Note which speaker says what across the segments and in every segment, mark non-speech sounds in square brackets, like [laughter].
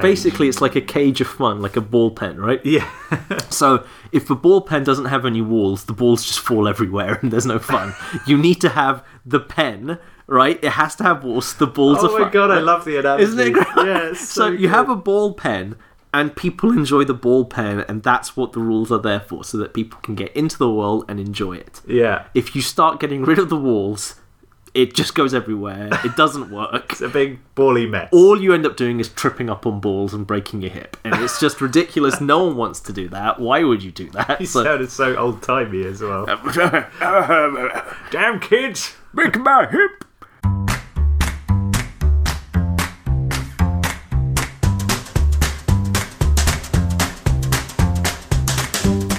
Speaker 1: basically it's like a cage of fun, like a ball pen, right?
Speaker 2: yeah,
Speaker 1: So if the ball pen doesn't have any walls, the balls just fall everywhere [laughs] and there's no
Speaker 2: [laughs]
Speaker 1: fun. you need to have the pen, right? It has to have walls. The balls
Speaker 2: [laughs] oh
Speaker 1: are
Speaker 2: my
Speaker 1: fun.
Speaker 2: god, I love the analogy.
Speaker 1: Isn't it great?
Speaker 2: Yeah,
Speaker 1: [laughs]
Speaker 2: it's
Speaker 1: so,
Speaker 2: so,
Speaker 1: you have a ball pen and people enjoy the ball pen and that's what the rules are there for so that people can get into the world and enjoy it
Speaker 2: yeah,
Speaker 1: if you start getting rid of the walls it just goes everywhere it doesn't work
Speaker 2: it's a big bally mess.
Speaker 1: all you end up doing is tripping up on balls and breaking your hip and it's just ridiculous no one wants to do that why would you do that
Speaker 2: you
Speaker 1: [laughs]
Speaker 2: [laughs]
Speaker 1: so,
Speaker 2: sounded so old timey as well. Damn kids!
Speaker 1: break my hip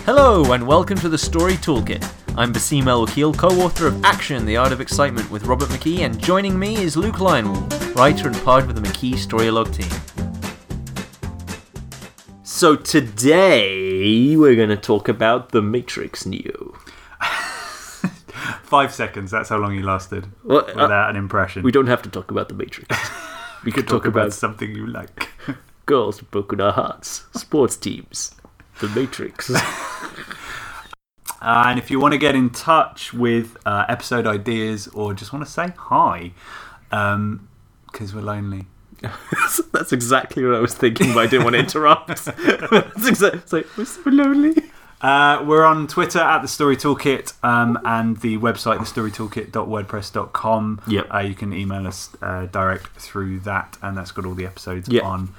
Speaker 3: Hello, and welcome to the Story Toolkit. I'm Basim El Wakil, co author of Action, The Art of Excitement with Robert McKee, and joining me is Luke Lionwall, writer and part of the McKee Storylog team.
Speaker 1: so today we're going to talk about the matrix neo
Speaker 2: Five seconds, that's how long he lasted
Speaker 1: Well, uh,
Speaker 2: without an impression.
Speaker 1: We don't have to talk about the Matrix. We could talk, about,
Speaker 2: something you like. [laughs]
Speaker 1: girls with broken our hearts, sports teams, the [laughs] Matrix.
Speaker 2: Uh, and if you want to get in touch with uh, episode ideas or just want to say hi, because we're lonely.
Speaker 1: That's exactly what I was thinking, but I didn't want to [laughs] interrupt. That's exactly, it's like, we're so lonely.
Speaker 2: Uh, we're on Twitter at the Story Toolkit um, and the website thestorytoolkit.wordpress.com.
Speaker 1: Yep.
Speaker 2: Uh, you can email us uh, direct through that, and that's got all the episodes
Speaker 1: Yep.
Speaker 2: on.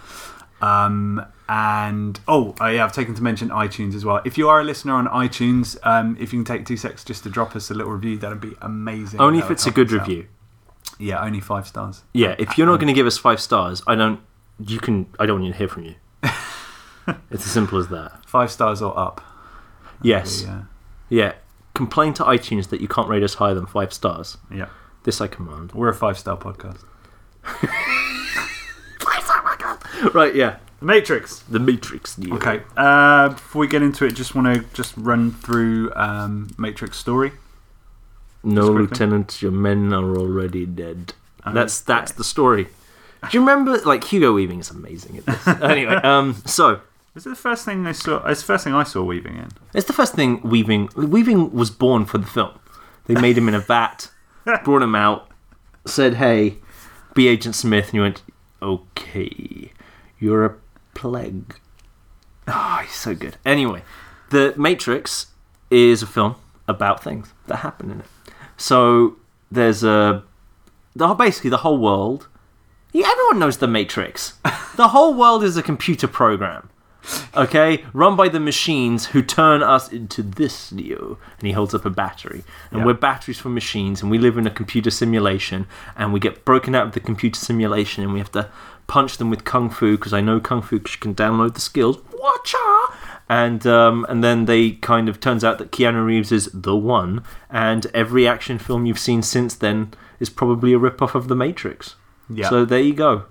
Speaker 2: Um, and oh, uh, yeah, I've taken to mention iTunes as well. If you are a listener on iTunes, um, if you can take two secs just to drop us a little review, that'd be amazing.
Speaker 1: Only
Speaker 2: That
Speaker 1: if
Speaker 2: would
Speaker 1: it's a
Speaker 2: help
Speaker 1: good
Speaker 2: us out. Uh,
Speaker 1: review.
Speaker 2: Yeah, only five stars.
Speaker 1: Yeah, if you're not going to give us five stars, I don't. You can. I don't want to hear from
Speaker 2: [laughs]
Speaker 1: you. it's as simple as that.
Speaker 2: Five stars or up.
Speaker 1: Yes.
Speaker 2: Yeah.
Speaker 1: Yeah. Complain to iTunes that you can't rate us higher than five stars.
Speaker 2: Yeah.
Speaker 1: This I command.
Speaker 2: We're a five star podcast.
Speaker 1: Right. Yeah.
Speaker 2: The Matrix.
Speaker 1: The Matrix. Neo.
Speaker 2: Okay. Uh, before we get into it, just want to just run through um, Matrix story.
Speaker 1: No,
Speaker 2: Description.
Speaker 1: Lieutenant, your men are already dead. That's that's the story. Do you remember? Like Hugo Weaving is amazing at this. anyway, um, so
Speaker 2: Was it the first thing I saw? It's the first thing I saw weaving in.
Speaker 1: it's the first thing Weaving. Weaving was born for the film. They made him in a vat, brought him out, said, "Hey, be Agent Smith," and he went, "Okay, you're a plague." Oh, he's so good. Anyway, The Matrix is a film about things that happen in it. So there's a the whole- basically the whole world. Yeah, everyone knows the Matrix. the whole world is a computer program, okay, run by the machines who turn us into this Neo. And he holds up a battery, and
Speaker 2: Yeah.
Speaker 1: we're batteries for machines, and we live in a computer simulation, and we get broken out of the computer simulation, and we have to punch them with kung fu because I know kung fu 'cause you can download the skills. Watcha! And um, and then they kind of turns out that Keanu Reeves is the one, and every action film you've seen since then is probably a rip-off of The Matrix.
Speaker 2: Yeah.
Speaker 1: So there you go.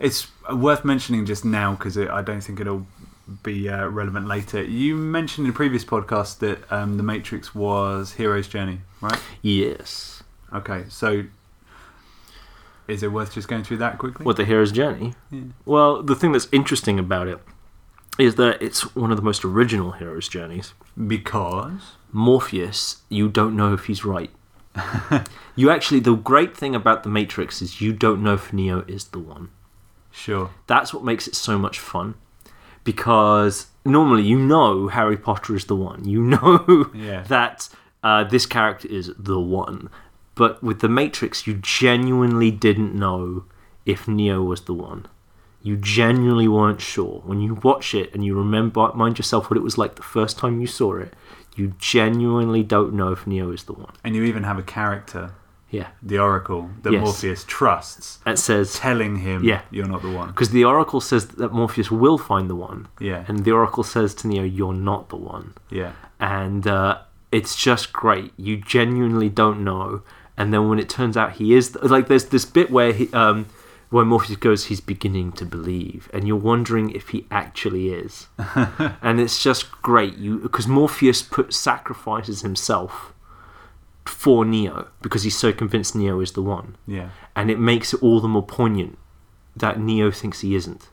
Speaker 2: It's worth mentioning just now because I don't think it'll be uh, relevant later. You mentioned in a previous podcast that um, the Matrix was Hero's Journey, right?
Speaker 1: Yes.
Speaker 2: Okay, so is it worth just going through that quickly?
Speaker 1: What the hero's journey?
Speaker 2: Yeah.
Speaker 1: Well, the thing that's interesting about it is that it's one of the most original hero's journeys.
Speaker 2: Because
Speaker 1: Morpheus, you don't know if he's right. you actually, the great thing about The Matrix is you don't know if Neo is the one.
Speaker 2: sure,
Speaker 1: That's what makes it so much fun. Because normally you know Harry Potter is the one. You [laughs] know
Speaker 2: Yeah.
Speaker 1: that uh, this character is the one. But with The Matrix, you genuinely didn't know if Neo was the one. You genuinely weren't sure. When you watch it and you remember, mind yourself what it was like the first time you saw it, you genuinely don't know if Neo is the one.
Speaker 2: and you even have a character,
Speaker 1: Yeah.
Speaker 2: the Oracle, that
Speaker 1: Yes.
Speaker 2: Morpheus trusts,
Speaker 1: That says.
Speaker 2: telling him,
Speaker 1: Yeah.
Speaker 2: "You're not the one."
Speaker 1: Because the Oracle says that Morpheus will find the one.
Speaker 2: Yeah,
Speaker 1: And the Oracle says to Neo, You're not the one.
Speaker 2: yeah.
Speaker 1: And uh, it's just great. You genuinely don't know. And then when it turns out he is, like, there's this bit where he, um, where Morpheus goes, He's beginning to believe. And you're wondering if he actually is. and it's just great. You Because Morpheus put, sacrifices himself for Neo because he's so convinced Neo is the one.
Speaker 2: Yeah.
Speaker 1: And it makes it all the more poignant that Neo thinks he isn't.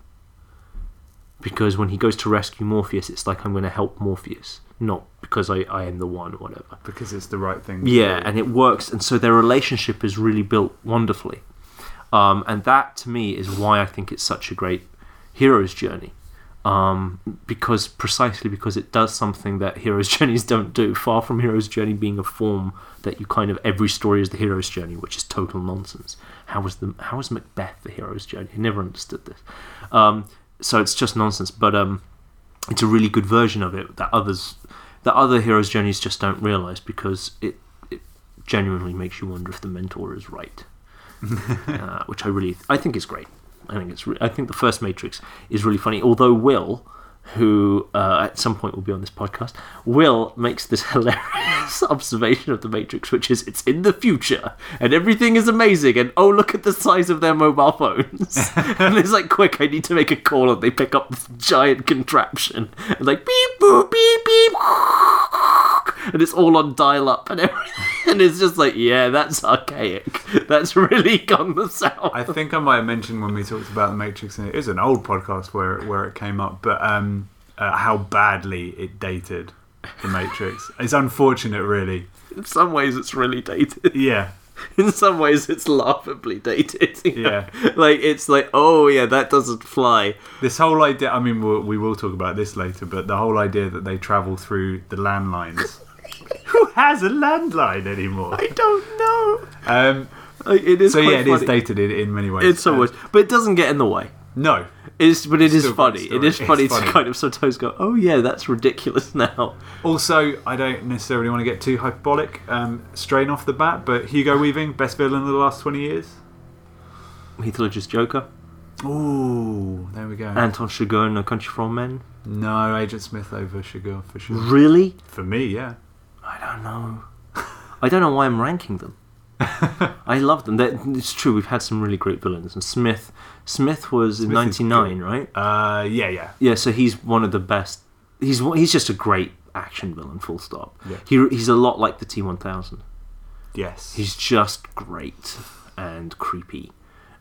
Speaker 1: because when he goes to rescue Morpheus, it's like I'm going to help Morpheus, not because I, I am the one or whatever.
Speaker 2: because it's the right thing. to
Speaker 1: Yeah,
Speaker 2: do.
Speaker 1: and it works, and so their relationship is really built wonderfully, um, and that to me is why I think it's such a great hero's journey, um, because precisely because it does something that hero's [laughs] journeys don't do. Far from hero's journey being a form that you kind of every story is the hero's journey, which is total nonsense. How was the how is Macbeth the hero's journey? I never understood this. Um, so it's just nonsense, but um, it's a really good version of it that others that other hero's journeys just don't realize because it it genuinely makes you wonder if the mentor is right [laughs] uh, which i really i think is great i think it's re- i think the first matrix is really funny although will who uh, at some point will be on this podcast will makes this [laughs] hilarious observation of the matrix which is it's in the future and everything is amazing and oh look at the size of their mobile phones [laughs] and it's like quick i need to make a call and they pick up this giant contraption and like beep boop beep beep [laughs] and it's all on dial up and everything [laughs] and it's just like yeah that's archaic that's really gone the south
Speaker 2: I think I might have mentioned when we talked about the Matrix, and it is an old podcast where where it came up, but um, uh, how badly it dated
Speaker 1: [laughs]
Speaker 2: the Matrix. It's unfortunate, really.
Speaker 1: in some ways it's really dated [laughs]
Speaker 2: Yeah,
Speaker 1: in some ways it's laughably dated [laughs] you know?
Speaker 2: Yeah.
Speaker 1: like it's like oh yeah that doesn't fly
Speaker 2: this whole idea. I mean, we'll, we will talk about this later, but the whole idea that they travel through the
Speaker 1: [laughs]
Speaker 2: landlines. Who has a landline anymore?
Speaker 1: i don't know
Speaker 2: Um,
Speaker 1: Like, it is
Speaker 2: so
Speaker 1: quite
Speaker 2: yeah, it is
Speaker 1: funny.
Speaker 2: dated in, in many ways.
Speaker 1: in some
Speaker 2: Um,
Speaker 1: ways but it doesn't get in the way
Speaker 2: No,
Speaker 1: It's, but it is
Speaker 2: still a great
Speaker 1: funny. It
Speaker 2: story.
Speaker 1: is
Speaker 2: It's
Speaker 1: funny to
Speaker 2: funny.
Speaker 1: kind of sometimes go, oh yeah, that's ridiculous [laughs] now.
Speaker 2: Also, I don't necessarily want to get too hyperbolic, um, strain off the bat, but Hugo Weaving, best villain of the last 20 years.
Speaker 1: Heath Ledger's Joker,
Speaker 2: Ooh, there we go.
Speaker 1: Anton Chigurh in No Country for Old Men.
Speaker 2: no, Agent Smith over Sugar for sure.
Speaker 1: Really?
Speaker 2: [laughs] For me, yeah.
Speaker 1: I don't know. I don't know why I'm ranking
Speaker 2: [laughs]
Speaker 1: them. I love them. They're, it's true. We've had some really great villains, and Smith. Smith was in
Speaker 2: Smith is
Speaker 1: '99, right?
Speaker 2: Uh, yeah, yeah.
Speaker 1: Yeah, so he's one of the best. He's one- he's just a great action villain. Full stop.
Speaker 2: Yeah.
Speaker 1: He, he's a lot like the T1000.
Speaker 2: Yes.
Speaker 1: He's just great and creepy,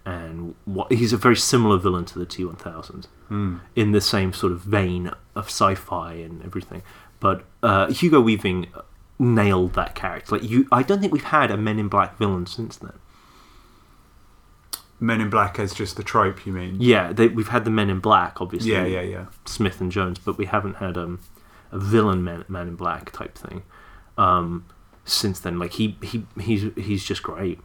Speaker 1: and what he's a very similar villain to the T1000
Speaker 2: Hmm.
Speaker 1: in the same sort of vein of sci-fi and everything. But uh, Hugo Weaving nailed that character. Like you, I don't think we've had a Men in Black villain since then.
Speaker 2: Men in Black as just the trope, you mean?
Speaker 1: Yeah, they, we've had the Men in Black, obviously.
Speaker 2: Yeah, yeah, yeah.
Speaker 1: Smith and Jones, but we haven't had um, a villain man, man in Black type thing um, since then. Like he, he, he's he's just great.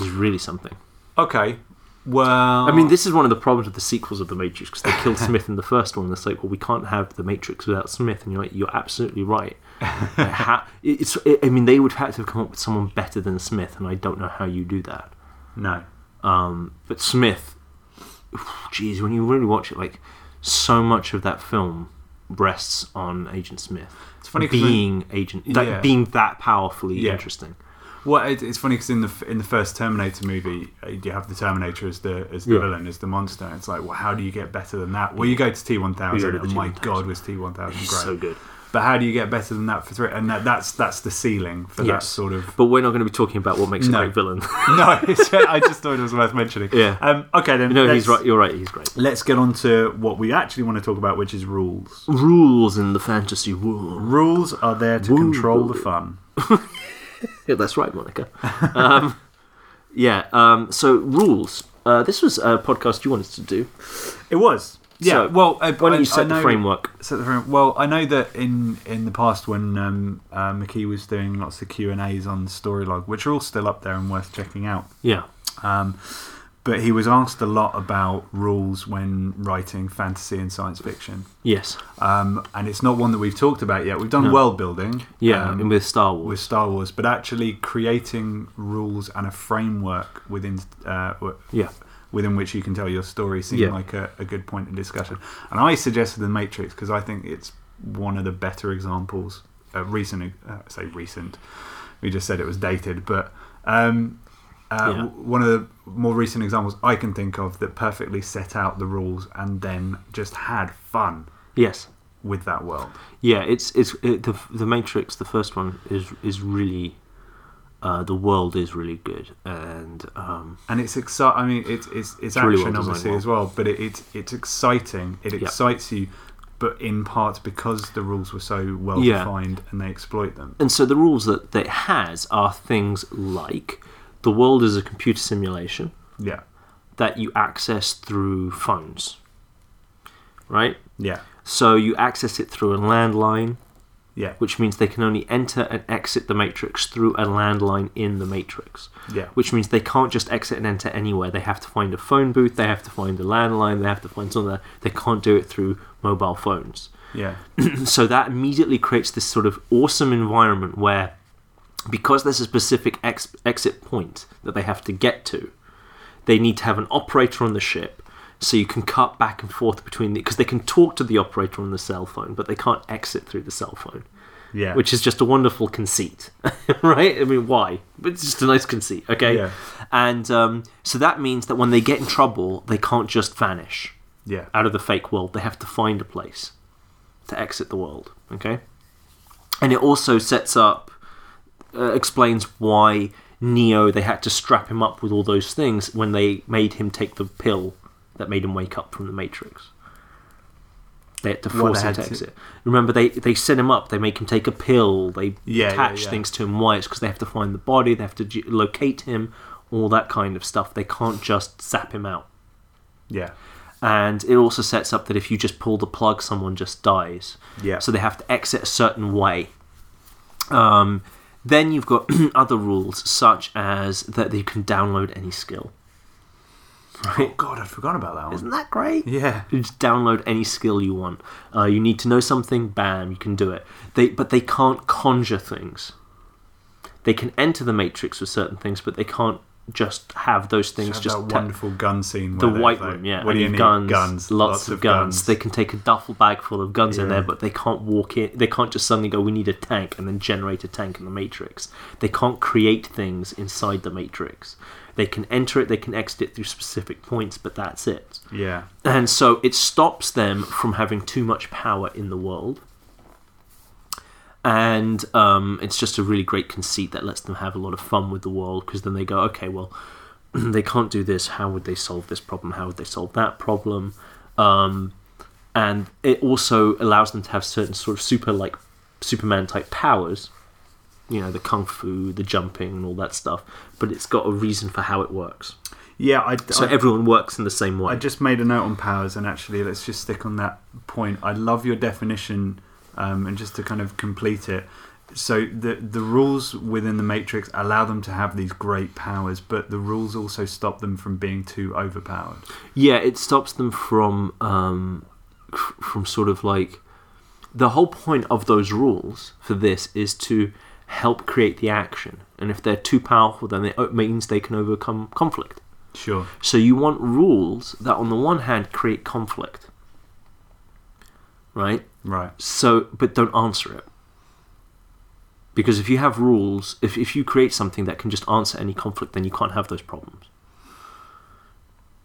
Speaker 1: He's really something.
Speaker 2: Okay. Well,
Speaker 1: I mean, this is one of the problems with the sequels of The Matrix because they killed Smith in the first one. It's like, well, we can't have The Matrix without Smith, and you're like, you're absolutely right. Like, how- it's, I mean, they would have to have come up with someone better than Smith, and I don't know how you do that.
Speaker 2: no.
Speaker 1: Um, but Smith, [sighs] geez, when you really watch it, like so much of that film rests on Agent Smith
Speaker 2: It's funny because
Speaker 1: being Agent, that,
Speaker 2: Yeah.
Speaker 1: being that powerfully
Speaker 2: Yeah.
Speaker 1: interesting.
Speaker 2: Well, it, it's funny because in the f- in the first Terminator movie, uh, you have the Terminator as the as the
Speaker 1: Yeah.
Speaker 2: villain, as the monster. And it's like, well, how do you get better than that? Well, you go to T one
Speaker 1: You
Speaker 2: thousand,
Speaker 1: go to
Speaker 2: and
Speaker 1: the
Speaker 2: my
Speaker 1: T1000.
Speaker 2: god, was T one thousand great?
Speaker 1: He's so good.
Speaker 2: but how do you get better than that for three? And that, that's that's the ceiling for that
Speaker 1: Yes.
Speaker 2: sort of.
Speaker 1: [laughs]
Speaker 2: [laughs]
Speaker 1: But we're not going to be talking about what makes
Speaker 2: No.
Speaker 1: a great villain. [laughs]
Speaker 2: No, it's, I just thought it was worth mentioning.
Speaker 1: Yeah.
Speaker 2: Um, okay, then.
Speaker 1: no,
Speaker 2: let's,
Speaker 1: he's right. You're right. He's great.
Speaker 2: Let's get on to what we actually want to talk about, which is rules.
Speaker 1: rules in the fantasy world.
Speaker 2: Rules are there to
Speaker 1: Woo.
Speaker 2: control the fun.
Speaker 1: Yeah, that's right,
Speaker 2: [laughs]
Speaker 1: Monica. Um, yeah. Um, so rules. Uh, this was a podcast you wanted to do.
Speaker 2: It was. Yeah.
Speaker 1: So,
Speaker 2: well, I,
Speaker 1: Why don't
Speaker 2: I-
Speaker 1: you set
Speaker 2: I
Speaker 1: the
Speaker 2: know-
Speaker 1: framework?
Speaker 2: set the frame. Well, I know that in in the past when um, uh, McKee was doing lots of Q and A's on Storylog, which are all still up there and worth checking out.
Speaker 1: Yeah.
Speaker 2: Um, but he was asked a lot about rules when writing fantasy and science fiction,
Speaker 1: Yes.
Speaker 2: um, and it's not one that we've talked about yet. We've done
Speaker 1: No.
Speaker 2: world building,
Speaker 1: Yeah.
Speaker 2: um,
Speaker 1: and with Star
Speaker 2: with
Speaker 1: Wars.
Speaker 2: Star Wars, but actually creating rules and a framework within uh, w-
Speaker 1: Yeah.
Speaker 2: within which you can tell your story seemed
Speaker 1: Yeah.
Speaker 2: like a, a good point in discussion. And I suggested The Matrix because I think it's one of the better examples, uh, recent, uh, I say recent, we just said it was dated, but um, uh,
Speaker 1: Yeah.
Speaker 2: w- one of the more recent examples I can think of that perfectly set out the rules and then just had fun
Speaker 1: Yes.
Speaker 2: with that world.
Speaker 1: Yeah. It's it's it, the the Matrix. The first one is is really uh, the world is really good, and um,
Speaker 2: and it's exciting. I mean, it's it's it's, action
Speaker 1: really well designed
Speaker 2: obviously
Speaker 1: well.
Speaker 2: as well, but it, it's it's exciting. It excites you, but in part because the rules were so well
Speaker 1: Yeah.
Speaker 2: defined and they exploit them.
Speaker 1: and so the rules that, that it has are things like the world is a computer simulation
Speaker 2: Yeah,
Speaker 1: that you access through phones, right?
Speaker 2: yeah,
Speaker 1: So you access it through a landline,
Speaker 2: yeah,
Speaker 1: which means they can only enter and exit the matrix through a landline in the matrix.
Speaker 2: yeah,
Speaker 1: which means they can't just exit and enter anywhere. They have to find a phone booth, they have to find a landline, they have to find something. They can't do it through mobile phones.
Speaker 2: yeah,
Speaker 1: so that immediately creates this sort of awesome environment where, because there's a specific ex- exit point that they have to get to, they need to have an operator on the ship. So you can cut back and forth between the because they can talk to the operator on the cell phone, but they can't exit through the cell phone,
Speaker 2: yeah.
Speaker 1: which is just a wonderful conceit, [laughs] right? I mean, why? But it's just a nice conceit, okay?
Speaker 2: yeah,
Speaker 1: And um, so that means that when they get in trouble, they can't just vanish
Speaker 2: yeah,
Speaker 1: out of the fake world. They have to find a place to exit the world. Okay? And it also sets up, uh, explains why Neo, they had to strap him up with all those things when they made him take the pill that made him wake up from the Matrix. They had to
Speaker 2: What
Speaker 1: force
Speaker 2: they
Speaker 1: him to
Speaker 2: had to-
Speaker 1: exit. Remember, they, they set him up, they make him take a pill, they
Speaker 2: Yeah, yeah,
Speaker 1: attach
Speaker 2: yeah.
Speaker 1: things to him. Why? It's because they have to find the body, they have to ge- locate him, all that kind of stuff. They can't just zap him out.
Speaker 2: yeah,
Speaker 1: And it also sets up that if you just pull the plug, someone just dies.
Speaker 2: yeah.
Speaker 1: So they have to exit a certain way. Um, then you've got [clears throat] other rules, such as that you can download any skill.
Speaker 2: oh God, I forgot about that one.
Speaker 1: Isn't that great?
Speaker 2: Yeah,
Speaker 1: You just download any skill you want. Uh, you need to know something, bam, you can do it. They, but they can't conjure things. They can enter the matrix with certain things, but they can't just have those things
Speaker 2: Have
Speaker 1: just
Speaker 2: that
Speaker 1: ta-
Speaker 2: wonderful gun scene.
Speaker 1: the
Speaker 2: where they're
Speaker 1: white
Speaker 2: like,
Speaker 1: room, yeah.
Speaker 2: What
Speaker 1: and
Speaker 2: do you
Speaker 1: you've
Speaker 2: need?
Speaker 1: Guns,
Speaker 2: guns,
Speaker 1: lots, of guns. They can take a duffel bag full of guns in
Speaker 2: Yeah.
Speaker 1: there, but they can't walk in. They can't just suddenly go, "We need a tank," and then generate a tank in the Matrix. They can't create things inside the Matrix. They can enter it, they can exit it through specific points, but that's it.
Speaker 2: yeah,
Speaker 1: And so it stops them from having too much power in the world. And um, it's just a really great conceit that lets them have a lot of fun with the world because then they go, okay, well, [clears throat] they can't do this. How would they solve this problem? How would they solve that problem? Um, and it also allows them to have certain sort of super like Superman type powers, you know, the kung fu, the jumping, and all that stuff. But it's got a reason for how it works.
Speaker 2: Oh, yeah. I,
Speaker 1: So
Speaker 2: I,
Speaker 1: everyone works in the same way.
Speaker 2: I just made a note on powers, and actually, let's just stick on that point. I love your definition, um, and just to kind of complete it. So the the rules within the Matrix allow them to have these great powers, but the rules also stop them from being too overpowered.
Speaker 1: Yeah, it stops them from um, f- from sort of like the whole point of those rules for this is to help create the action. And if they're too powerful, then it means they can overcome conflict.
Speaker 2: Sure.
Speaker 1: So you want rules that, on the one hand, create conflict, right?
Speaker 2: Right.
Speaker 1: So, but don't answer it. Because if you have rules, if, if you create something that can just answer any conflict, then you can't have those problems.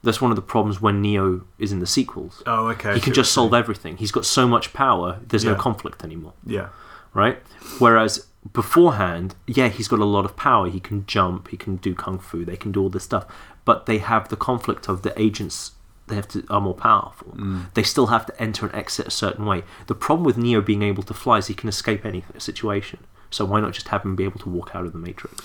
Speaker 1: That's one of the problems when Neo is in the sequels.
Speaker 2: Oh, okay.
Speaker 1: he can
Speaker 2: Sure.
Speaker 1: just solve everything. He's got so much power, there's no
Speaker 2: Yeah.
Speaker 1: conflict anymore,
Speaker 2: Yeah.
Speaker 1: right? Whereas beforehand, yeah, he's got a lot of power. He can jump, he can do kung fu, they can do all this stuff. But they have the conflict of the agents they have to are more powerful.
Speaker 2: Mm.
Speaker 1: They still have to enter and exit a certain way. The problem with Neo being able to fly is he can escape any situation. So why not just have him be able to walk out of the Matrix?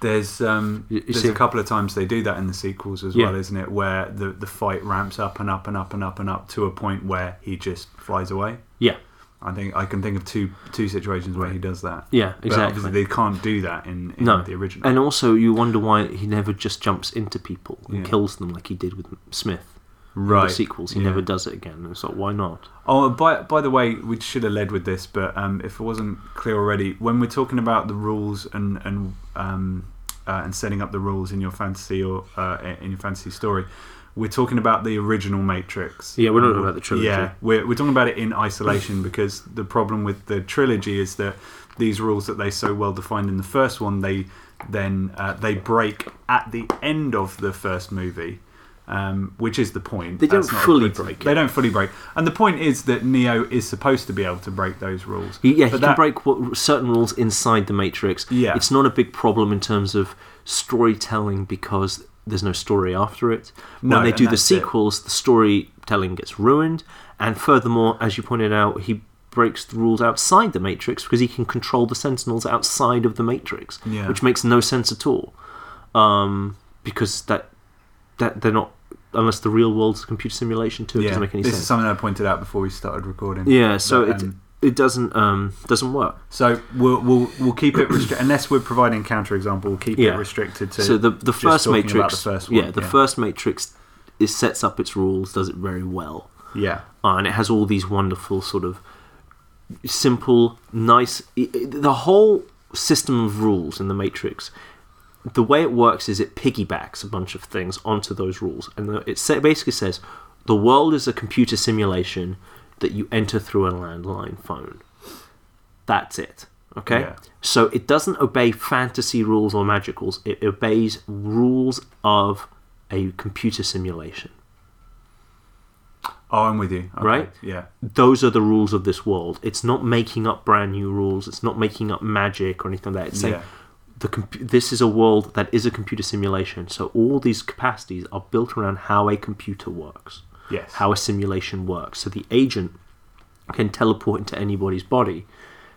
Speaker 2: There's um,
Speaker 1: You- you
Speaker 2: there's
Speaker 1: see-
Speaker 2: a couple of times they do that in the sequels as
Speaker 1: Yeah.
Speaker 2: well, isn't it? Where the the fight ramps up and up and up and up and up to a point where he just flies away.
Speaker 1: Yeah,
Speaker 2: I think I can think of two two situations where he does that.
Speaker 1: yeah,
Speaker 2: But
Speaker 1: exactly.
Speaker 2: obviously they can't do that in, in
Speaker 1: No.
Speaker 2: the original.
Speaker 1: And also, you wonder why he never just jumps into people and
Speaker 2: Yeah.
Speaker 1: kills them like he did with Smith. in
Speaker 2: right.
Speaker 1: The sequels, he
Speaker 2: Yeah.
Speaker 1: never does it again. It's like, why not?
Speaker 2: Oh, by by the way, we should have led with this, but um, if it wasn't clear already, when we're talking about the rules and and um, uh, and setting up the rules in your fantasy or uh, in your fantasy story, we're talking about the original Matrix.
Speaker 1: Yeah, we're not talking about the trilogy.
Speaker 2: Yeah, we're we're talking about it in
Speaker 1: [laughs]
Speaker 2: isolation because the problem with the trilogy is that these rules that they so well defined in the first one, they then uh, they break at the end of the first movie. um, which is the point.
Speaker 1: They don't
Speaker 2: That's not a
Speaker 1: fully
Speaker 2: criticism.
Speaker 1: break it.
Speaker 2: They don't fully break. And the point is that Neo is supposed to be able to break those rules.
Speaker 1: He- yeah, he
Speaker 2: But
Speaker 1: can
Speaker 2: that-
Speaker 1: break what, certain rules inside the Matrix.
Speaker 2: Yeah.
Speaker 1: It's not a big problem in terms of storytelling because there's no story after it. When
Speaker 2: No,
Speaker 1: they
Speaker 2: and
Speaker 1: do the
Speaker 2: that's it.
Speaker 1: sequels, the storytelling gets ruined. And furthermore, as you pointed out, he breaks the rules outside the Matrix because he can control the Sentinels outside of the Matrix,
Speaker 2: Yeah.
Speaker 1: which makes no sense at all. Um, because that that they're not unless the real world's a computer simulation too. It
Speaker 2: Yeah,
Speaker 1: doesn't make any
Speaker 2: this
Speaker 1: sense.
Speaker 2: is something I pointed out before we started recording.
Speaker 1: yeah, so
Speaker 2: But,
Speaker 1: it
Speaker 2: um,
Speaker 1: it doesn't um doesn't work.
Speaker 2: so we'll we'll, we'll keep it restricted unless we're providing counterexample. We'll keep
Speaker 1: Yeah.
Speaker 2: it restricted to
Speaker 1: so the the
Speaker 2: just
Speaker 1: first
Speaker 2: talking
Speaker 1: Matrix,
Speaker 2: about the first one,
Speaker 1: yeah, the
Speaker 2: yeah.
Speaker 1: first Matrix is sets up its rules, does it very well,
Speaker 2: yeah
Speaker 1: Uh, and it has all these wonderful sort of simple, nice. i- i- The whole system of rules in the Matrix, the way it works is it piggybacks a bunch of things onto those rules, and the- it sa- basically says the world is a computer simulation that you enter through a landline phone. That's it. Okay?
Speaker 2: Yeah.
Speaker 1: So it doesn't obey fantasy rules or magic rules. It obeys rules of a computer simulation.
Speaker 2: Oh, I'm with you. Okay,
Speaker 1: Right?
Speaker 2: Yeah.
Speaker 1: Those are the rules of this world. It's not making up brand new rules. It's not making up magic or anything like that. It's saying
Speaker 2: Yeah.
Speaker 1: the compu this is a world that is a computer simulation. So all these capacities are built around how a computer works.
Speaker 2: Yes.
Speaker 1: how a simulation works. So the agent can teleport into anybody's body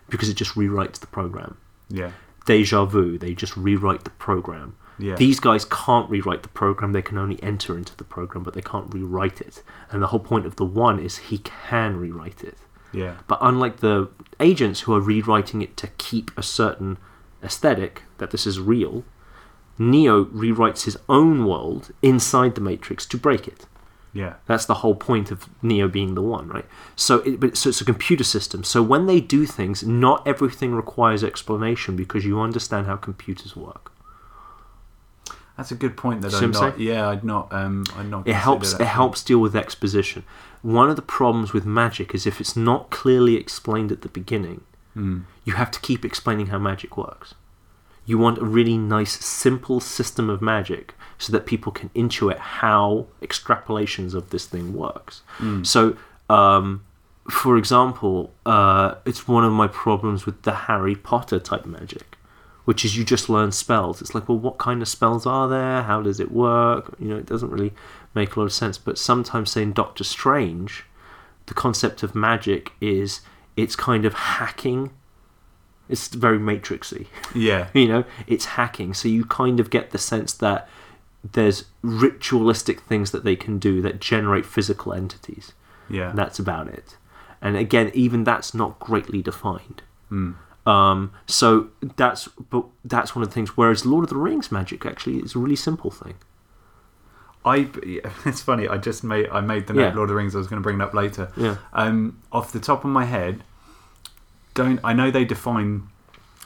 Speaker 1: because it just rewrites the program.
Speaker 2: Yeah.
Speaker 1: Deja vu, they just rewrite the program.
Speaker 2: Yeah.
Speaker 1: These guys can't rewrite the program, they can only enter into the program, but they can't rewrite it. And the whole point of the one is he can rewrite it.
Speaker 2: Yeah.
Speaker 1: But unlike the agents who are rewriting it to keep a certain aesthetic that this is real, Neo rewrites his own world inside the Matrix to break it.
Speaker 2: Yeah.
Speaker 1: That's the whole point of Neo being the one, right? So, it, but so it's a computer system. So when they do things, not everything requires explanation because you understand how computers work.
Speaker 2: That's a good point. That
Speaker 1: See
Speaker 2: I'm
Speaker 1: what I'm
Speaker 2: not. Yeah, I'd not. Um, I'd not.
Speaker 1: It
Speaker 2: consider
Speaker 1: helps.
Speaker 2: that.
Speaker 1: It helps deal with exposition. One of the problems with magic is if it's not clearly explained at the beginning,
Speaker 2: Hmm.
Speaker 1: you have to keep explaining how magic works. You want a really nice, simple system of magic so that people can intuit how extrapolations of this thing works. So, um, for example, uh, it's one of my problems with the Harry Potter type magic, which is you just learn spells. It's like, well, what kind of spells are there? How does it work? You know, it doesn't really make a lot of sense. But sometimes, say, in Doctor Strange, the concept of magic is it's kind of hacking. It's very matrixy [laughs]
Speaker 2: Yeah.
Speaker 1: you know it's hacking so you kind of get the sense that there's ritualistic things that they can do that generate physical entities
Speaker 2: Yeah.
Speaker 1: and that's about it and again even that's not greatly defined um, so that's but that's one of the things whereas lord of the rings magic actually is a really simple thing
Speaker 2: I. [laughs] yeah, It's funny. I just made. I made the note.
Speaker 1: Yeah.
Speaker 2: Lord of the Rings. I was going to bring it up later.
Speaker 1: Yeah.
Speaker 2: Um, off the top of my head, don't. I know they define.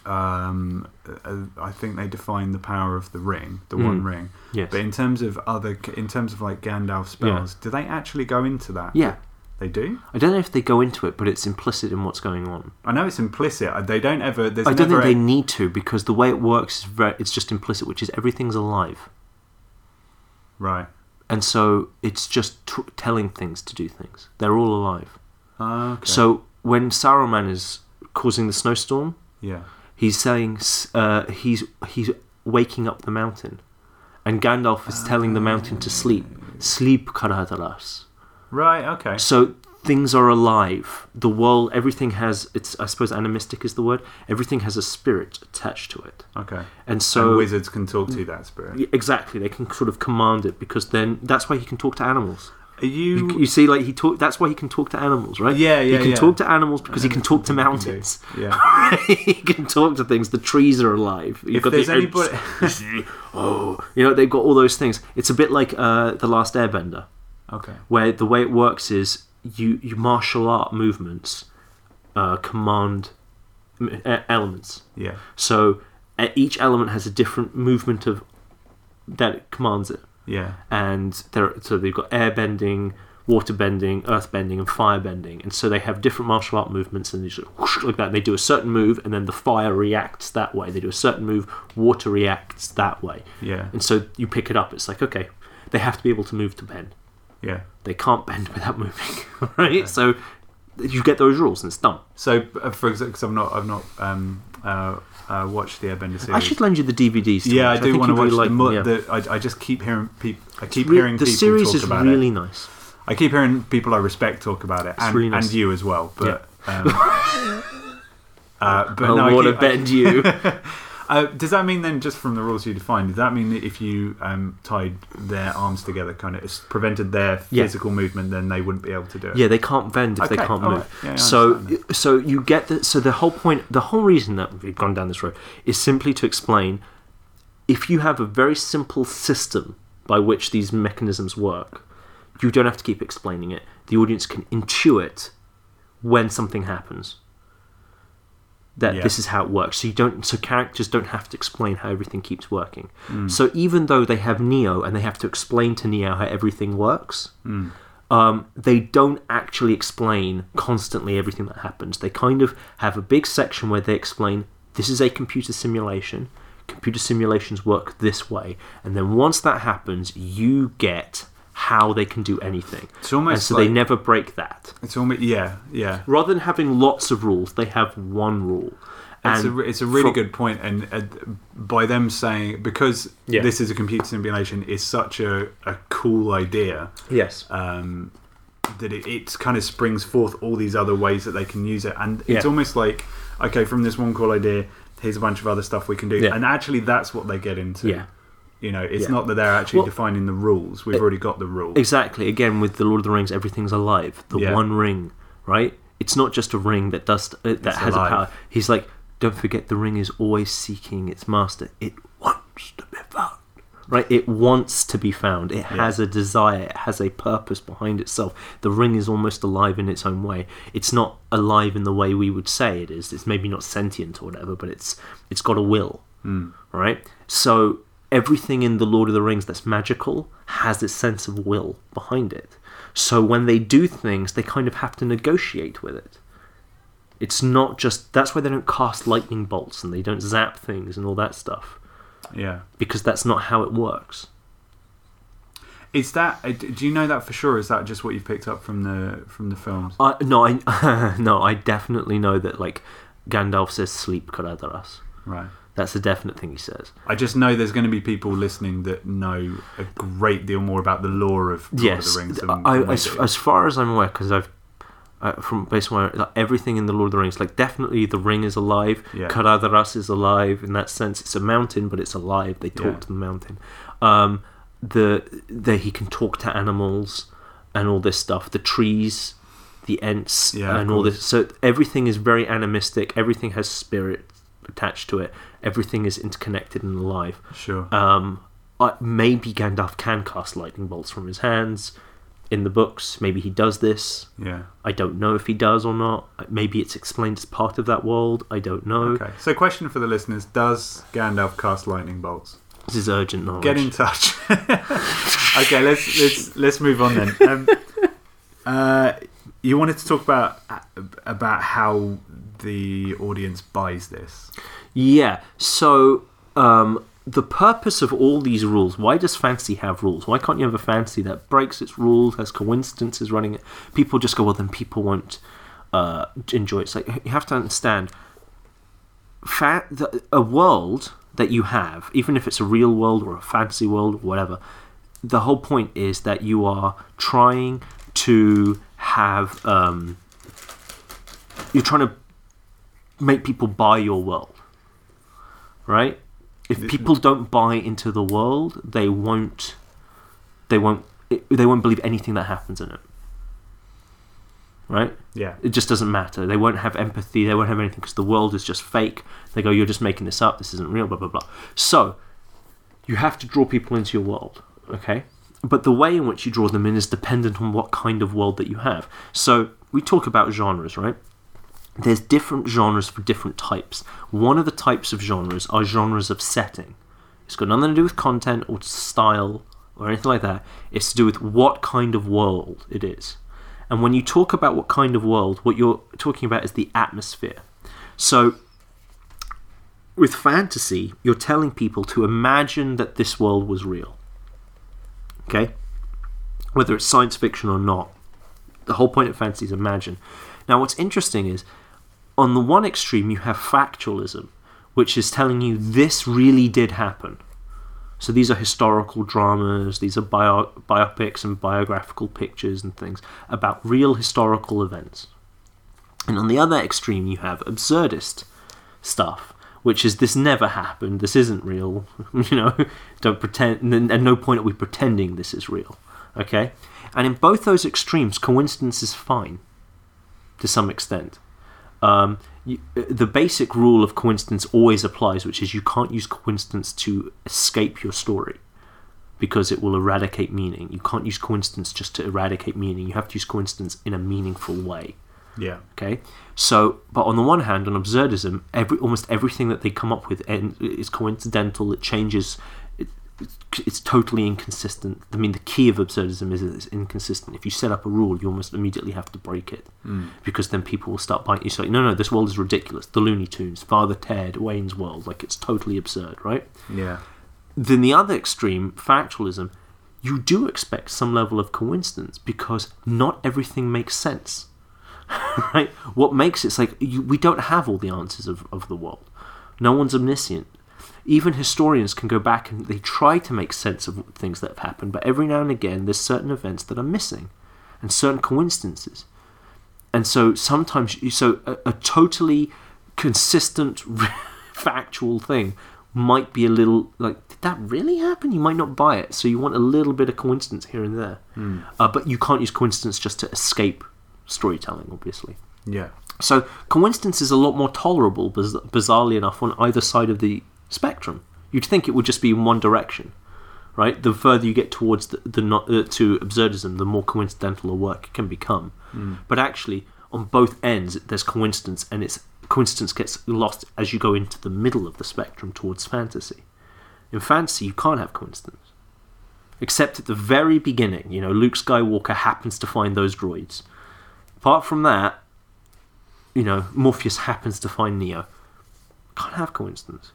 Speaker 2: Um, uh, I think they define the power of the ring, the one
Speaker 1: Hmm.
Speaker 2: ring.
Speaker 1: Yes.
Speaker 2: But in terms of other, in terms of like Gandalf spells, do they actually go into that?
Speaker 1: yeah
Speaker 2: They do.
Speaker 1: i don't know if they go into it but it's implicit in what's going on
Speaker 2: I know it's implicit. uh, They don't ever. There's
Speaker 1: i don't
Speaker 2: never
Speaker 1: think they
Speaker 2: a-
Speaker 1: need to because the way it works is very, it's just implicit which is everything's alive
Speaker 2: right.
Speaker 1: and so it's just t- telling things to do things. They're all alive.
Speaker 2: Ah, okay.
Speaker 1: So when Saruman is causing the snowstorm,
Speaker 2: yeah.
Speaker 1: he's saying s- uh, he's he's waking up the mountain, and Gandalf is telling the mountain to sleep. Sleep, Karadalas.
Speaker 2: Right. Okay.
Speaker 1: So things are alive. The world, everything has. It's I suppose animistic is the word. Everything has a spirit attached to it,
Speaker 2: Okay.
Speaker 1: and so.
Speaker 2: So wizards can talk to that spirit.
Speaker 1: Yeah, Exactly, they can sort of command it because then that's why he can talk to animals.
Speaker 2: Are you?
Speaker 1: You see, like he talk. That's why he can talk to animals, right?
Speaker 2: Yeah, yeah,
Speaker 1: He can
Speaker 2: yeah.
Speaker 1: talk to animals because he can talk to mountains. [laughs]
Speaker 2: yeah.
Speaker 1: he can talk to things. The trees are alive. You've
Speaker 2: If there's
Speaker 1: ants.
Speaker 2: anybody-
Speaker 1: [laughs] You see, oh, you know they've got all those things. It's a bit like uh, the Last Airbender,
Speaker 2: Okay.
Speaker 1: where the way it works is you you martial art movements uh, command m- e- elements.
Speaker 2: Yeah.
Speaker 1: So uh, each element has a different movement of that commands it
Speaker 2: Yeah.
Speaker 1: and they're, so they've got air bending, water bending, earth bending, and fire bending. And so they have different martial art movements, and they just whoosh, like that. And they do a certain move, and then the fire reacts that way. They do a certain move, water reacts that way.
Speaker 2: Yeah.
Speaker 1: And so you pick it up. It's like okay, they have to be able to move to bend.
Speaker 2: Yeah.
Speaker 1: They can't bend [laughs] without moving, right? So you get those rules, and it's done.
Speaker 2: So, uh, for example, cause I've not, I've not um, uh, uh, watched the Airbender series.
Speaker 1: I should lend you the DVDs. To
Speaker 2: yeah, I
Speaker 1: watch.
Speaker 2: do
Speaker 1: think
Speaker 2: want to
Speaker 1: you'd really
Speaker 2: watch the,
Speaker 1: like
Speaker 2: mo-
Speaker 1: them, yeah.
Speaker 2: the. I, I just keep hearing people. I keep
Speaker 1: Re-
Speaker 2: hearing
Speaker 1: the
Speaker 2: people
Speaker 1: series
Speaker 2: talk
Speaker 1: is
Speaker 2: about
Speaker 1: really
Speaker 2: it.
Speaker 1: nice.
Speaker 2: I keep hearing people I respect talk about it, and,
Speaker 1: really nice.
Speaker 2: and you as well. But,
Speaker 1: [laughs]
Speaker 2: um, uh, but
Speaker 1: Oh,
Speaker 2: no, I
Speaker 1: what a
Speaker 2: keep- I-
Speaker 1: bend
Speaker 2: [laughs]
Speaker 1: you!
Speaker 2: Uh, does that mean then, just from the rules you defined, does that mean that if you um, tied their arms together, kind of it's prevented their
Speaker 1: Yeah.
Speaker 2: physical movement, then they wouldn't be able to do it?
Speaker 1: Yeah, they can't bend if they
Speaker 2: Okay,
Speaker 1: can't
Speaker 2: all
Speaker 1: move.
Speaker 2: right. Yeah, I
Speaker 1: so,
Speaker 2: understand
Speaker 1: so you get the so the whole point, the whole reason that we've gone down this road is simply to explain if you have a very simple system by which these mechanisms work, you don't have to keep explaining it. The audience can intuit when something happens that
Speaker 2: Yeah.
Speaker 1: this is how it works. So you don't so characters don't have to explain how everything keeps working.
Speaker 2: Mm.
Speaker 1: So even though they have Neo and they have to explain to Neo how everything works,
Speaker 2: Mm.
Speaker 1: um, they don't actually explain constantly everything that happens. They kind of have a big section where they explain this is a computer simulation. Computer simulations work this way, and then once that happens, you get how they can do anything.
Speaker 2: It's almost
Speaker 1: and so
Speaker 2: like-
Speaker 1: they never break that.
Speaker 2: It's almost yeah, yeah.
Speaker 1: Rather than having lots of rules, they have one rule.
Speaker 2: It's a,
Speaker 1: And
Speaker 2: it's a really
Speaker 1: from-
Speaker 2: good point, and uh, by them saying because
Speaker 1: Yeah.
Speaker 2: this is a computer simulation is such a, a cool idea
Speaker 1: yes.
Speaker 2: um, that it, it kind of springs forth all these other ways that they can use it, and it's
Speaker 1: Yeah.
Speaker 2: almost like okay, from this one cool idea, here's a bunch of other stuff we can do,
Speaker 1: Yeah.
Speaker 2: and actually that's what they get into.
Speaker 1: Yeah.
Speaker 2: You know, it's
Speaker 1: Yeah.
Speaker 2: not that they're actually
Speaker 1: Well-
Speaker 2: defining the rules. We've already got the rules.
Speaker 1: Exactly. Again, with the Lord of the Rings, everything's alive. The
Speaker 2: Yeah.
Speaker 1: one ring, right? It's not just a ring that does uh, that has
Speaker 2: alive.
Speaker 1: a power. He's like, don't forget, the ring is always seeking its master. It wants to be found. Right? It wants to be found. It has a desire. It has a purpose behind itself. The ring is almost alive in its own way. It's not alive in the way we would say it is. It's maybe not sentient or whatever, but it's it's got a will. right? So everything in the Lord of the Rings that's magical has this sense of will behind it. So when they do things, they kind of have to negotiate with it. It's not just that's why they don't cast lightning bolts and they don't zap things and all that stuff
Speaker 2: Yeah.
Speaker 1: because that's not how it works.
Speaker 2: Is that? uh, Do you know that for sure? Is that just what you picked up from the from the films?
Speaker 1: I no, I [laughs] no, I definitely know that like Gandalf says sleep Karaduras.
Speaker 2: Right.
Speaker 1: That's a definite thing he says.
Speaker 2: I just know there's going to be people listening that know a great deal more about the lore of Lord of the Rings. Than,
Speaker 1: I,
Speaker 2: than we
Speaker 1: as,
Speaker 2: do.
Speaker 1: as far as I'm aware, because I've uh, from based on my, like, everything in the Lord of the Rings, like definitely the ring is alive.
Speaker 2: Yeah.
Speaker 1: Karadaras is alive in that sense. It's a mountain, but it's alive. They talk
Speaker 2: Yeah.
Speaker 1: to the mountain. Um, the that he can talk to animals and all this stuff. The trees, the ents,
Speaker 2: Yeah, of
Speaker 1: and all this. So everything is very animistic. Everything has spirit attached to it. Everything is interconnected and alive.
Speaker 2: sure.
Speaker 1: Um, I, maybe Gandalf can cast lightning bolts from his hands in the books. Maybe he does this.
Speaker 2: yeah.
Speaker 1: I don't know if he does or not. Maybe it's explained as part of that world. I don't know.
Speaker 2: Okay. So, question for the listeners: Does Gandalf cast lightning bolts?
Speaker 1: This is urgent knowledge.
Speaker 2: Get in touch. [laughs] okay. Let's let's let's move on then. Um, uh, you wanted to talk about uh, about how the audience buys this.
Speaker 1: Yeah. So um, the purpose of all these rules. Why does fancy have rules? Why can't you have a fancy that breaks its rules, has coincidences running it? People just go, well, then people won't uh, enjoy it. It's like you have to understand. Fa- the, a world that you have, even if it's a real world or a fancy world or whatever, the whole point is that you are trying to have. Um, you're trying to make people buy your world, right? If people don't buy into the world, they won't. They won't. They won't believe anything that happens in it, right?
Speaker 2: Yeah.
Speaker 1: it just doesn't matter. They won't have empathy. They won't have anything because the world is just fake. They go, you're just making this up. This isn't real. Blah blah blah. So you have to draw people into your world, okay? But the way in which you draw them in is dependent on what kind of world that you have. So we talk about genres, right? There's different genres for different types. One of the types of genres are genres of setting. It's got nothing to do with content or style or anything like that. It's to do with what kind of world it is. And when you talk about what kind of world, what you're talking about is the atmosphere. So with fantasy, you're telling people to imagine that this world was real. Okay? Whether it's science fiction or not, the whole point of fantasy is imagine. Now, what's interesting is on the one extreme, you have factualism, which is telling you this really did happen. So these are historical dramas, these are bio- biopics and biographical pictures and things about real historical events. And on the other extreme, you have absurdist stuff, which is this never happened, this isn't real, [laughs] you know, don't pretend, and at no point are we pretending this is real, okay? And in both those extremes, coincidence is fine to some extent. Um, you, the basic rule of coincidence always applies, which is you can't use coincidence to escape your story because it will eradicate meaning. You can't use coincidence just to eradicate meaning, you have to use coincidence in a meaningful way.
Speaker 2: Yeah.
Speaker 1: Okay, so but on the one hand, on absurdism, every almost everything that they come up with en- is coincidental. It changes. It, it's- it's totally inconsistent. I mean, the key of absurdism is that it's inconsistent. If you set up a rule, you almost immediately have to break it because then people will start biting you. So, no, no, this world is ridiculous. The Looney Tunes, Father Ted, Wayne's World, like it's totally absurd, right?
Speaker 2: Yeah.
Speaker 1: then the other extreme, factualism, you do expect some level of coincidence because not everything makes sense. [laughs] right? What makes it's like you, we don't have all the answers of, of the world. No one's omniscient. Even historians can go back and they try to make sense of things that have happened, but every now and again there's certain events that are missing and certain coincidences and so sometimes you- so a, a totally consistent [laughs] factual thing might be a little like did that really happen you might not buy it so you want a little bit of coincidence here and there uh, but you can't use coincidence just to escape storytelling obviously
Speaker 2: Yeah.
Speaker 1: so coincidence is a lot more tolerable biz- bizarrely enough on either side of the spectrum you'd think it would just be in one direction right the further you get towards the, the not, uh, to absurdism the more coincidental a work can become but actually on both ends there's coincidence and it's coincidence gets lost as you go into the middle of the spectrum towards fantasy in fantasy you can't have coincidence except at the very beginning you know luke skywalker happens to find those droids apart from that you know, Morpheus happens to find Neo. Can't have coincidence.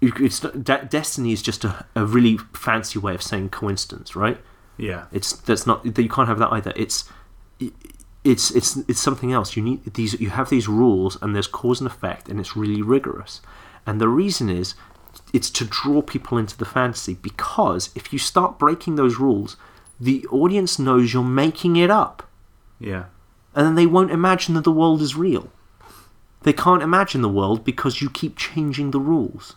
Speaker 1: You- It's de- destiny is just a, a really fancy way of saying coincidence, right?
Speaker 2: Yeah.
Speaker 1: It's that's not that you can't have that either. It's it's it's it's something else. You need these. You have these rules, and there's cause and effect, and it's really rigorous. And the reason is, it's to draw people into the fantasy because if you start breaking those rules, the audience knows you're making it up
Speaker 2: Yeah.
Speaker 1: and then they won't imagine that the world is real. They can't imagine the world because you keep changing the rules.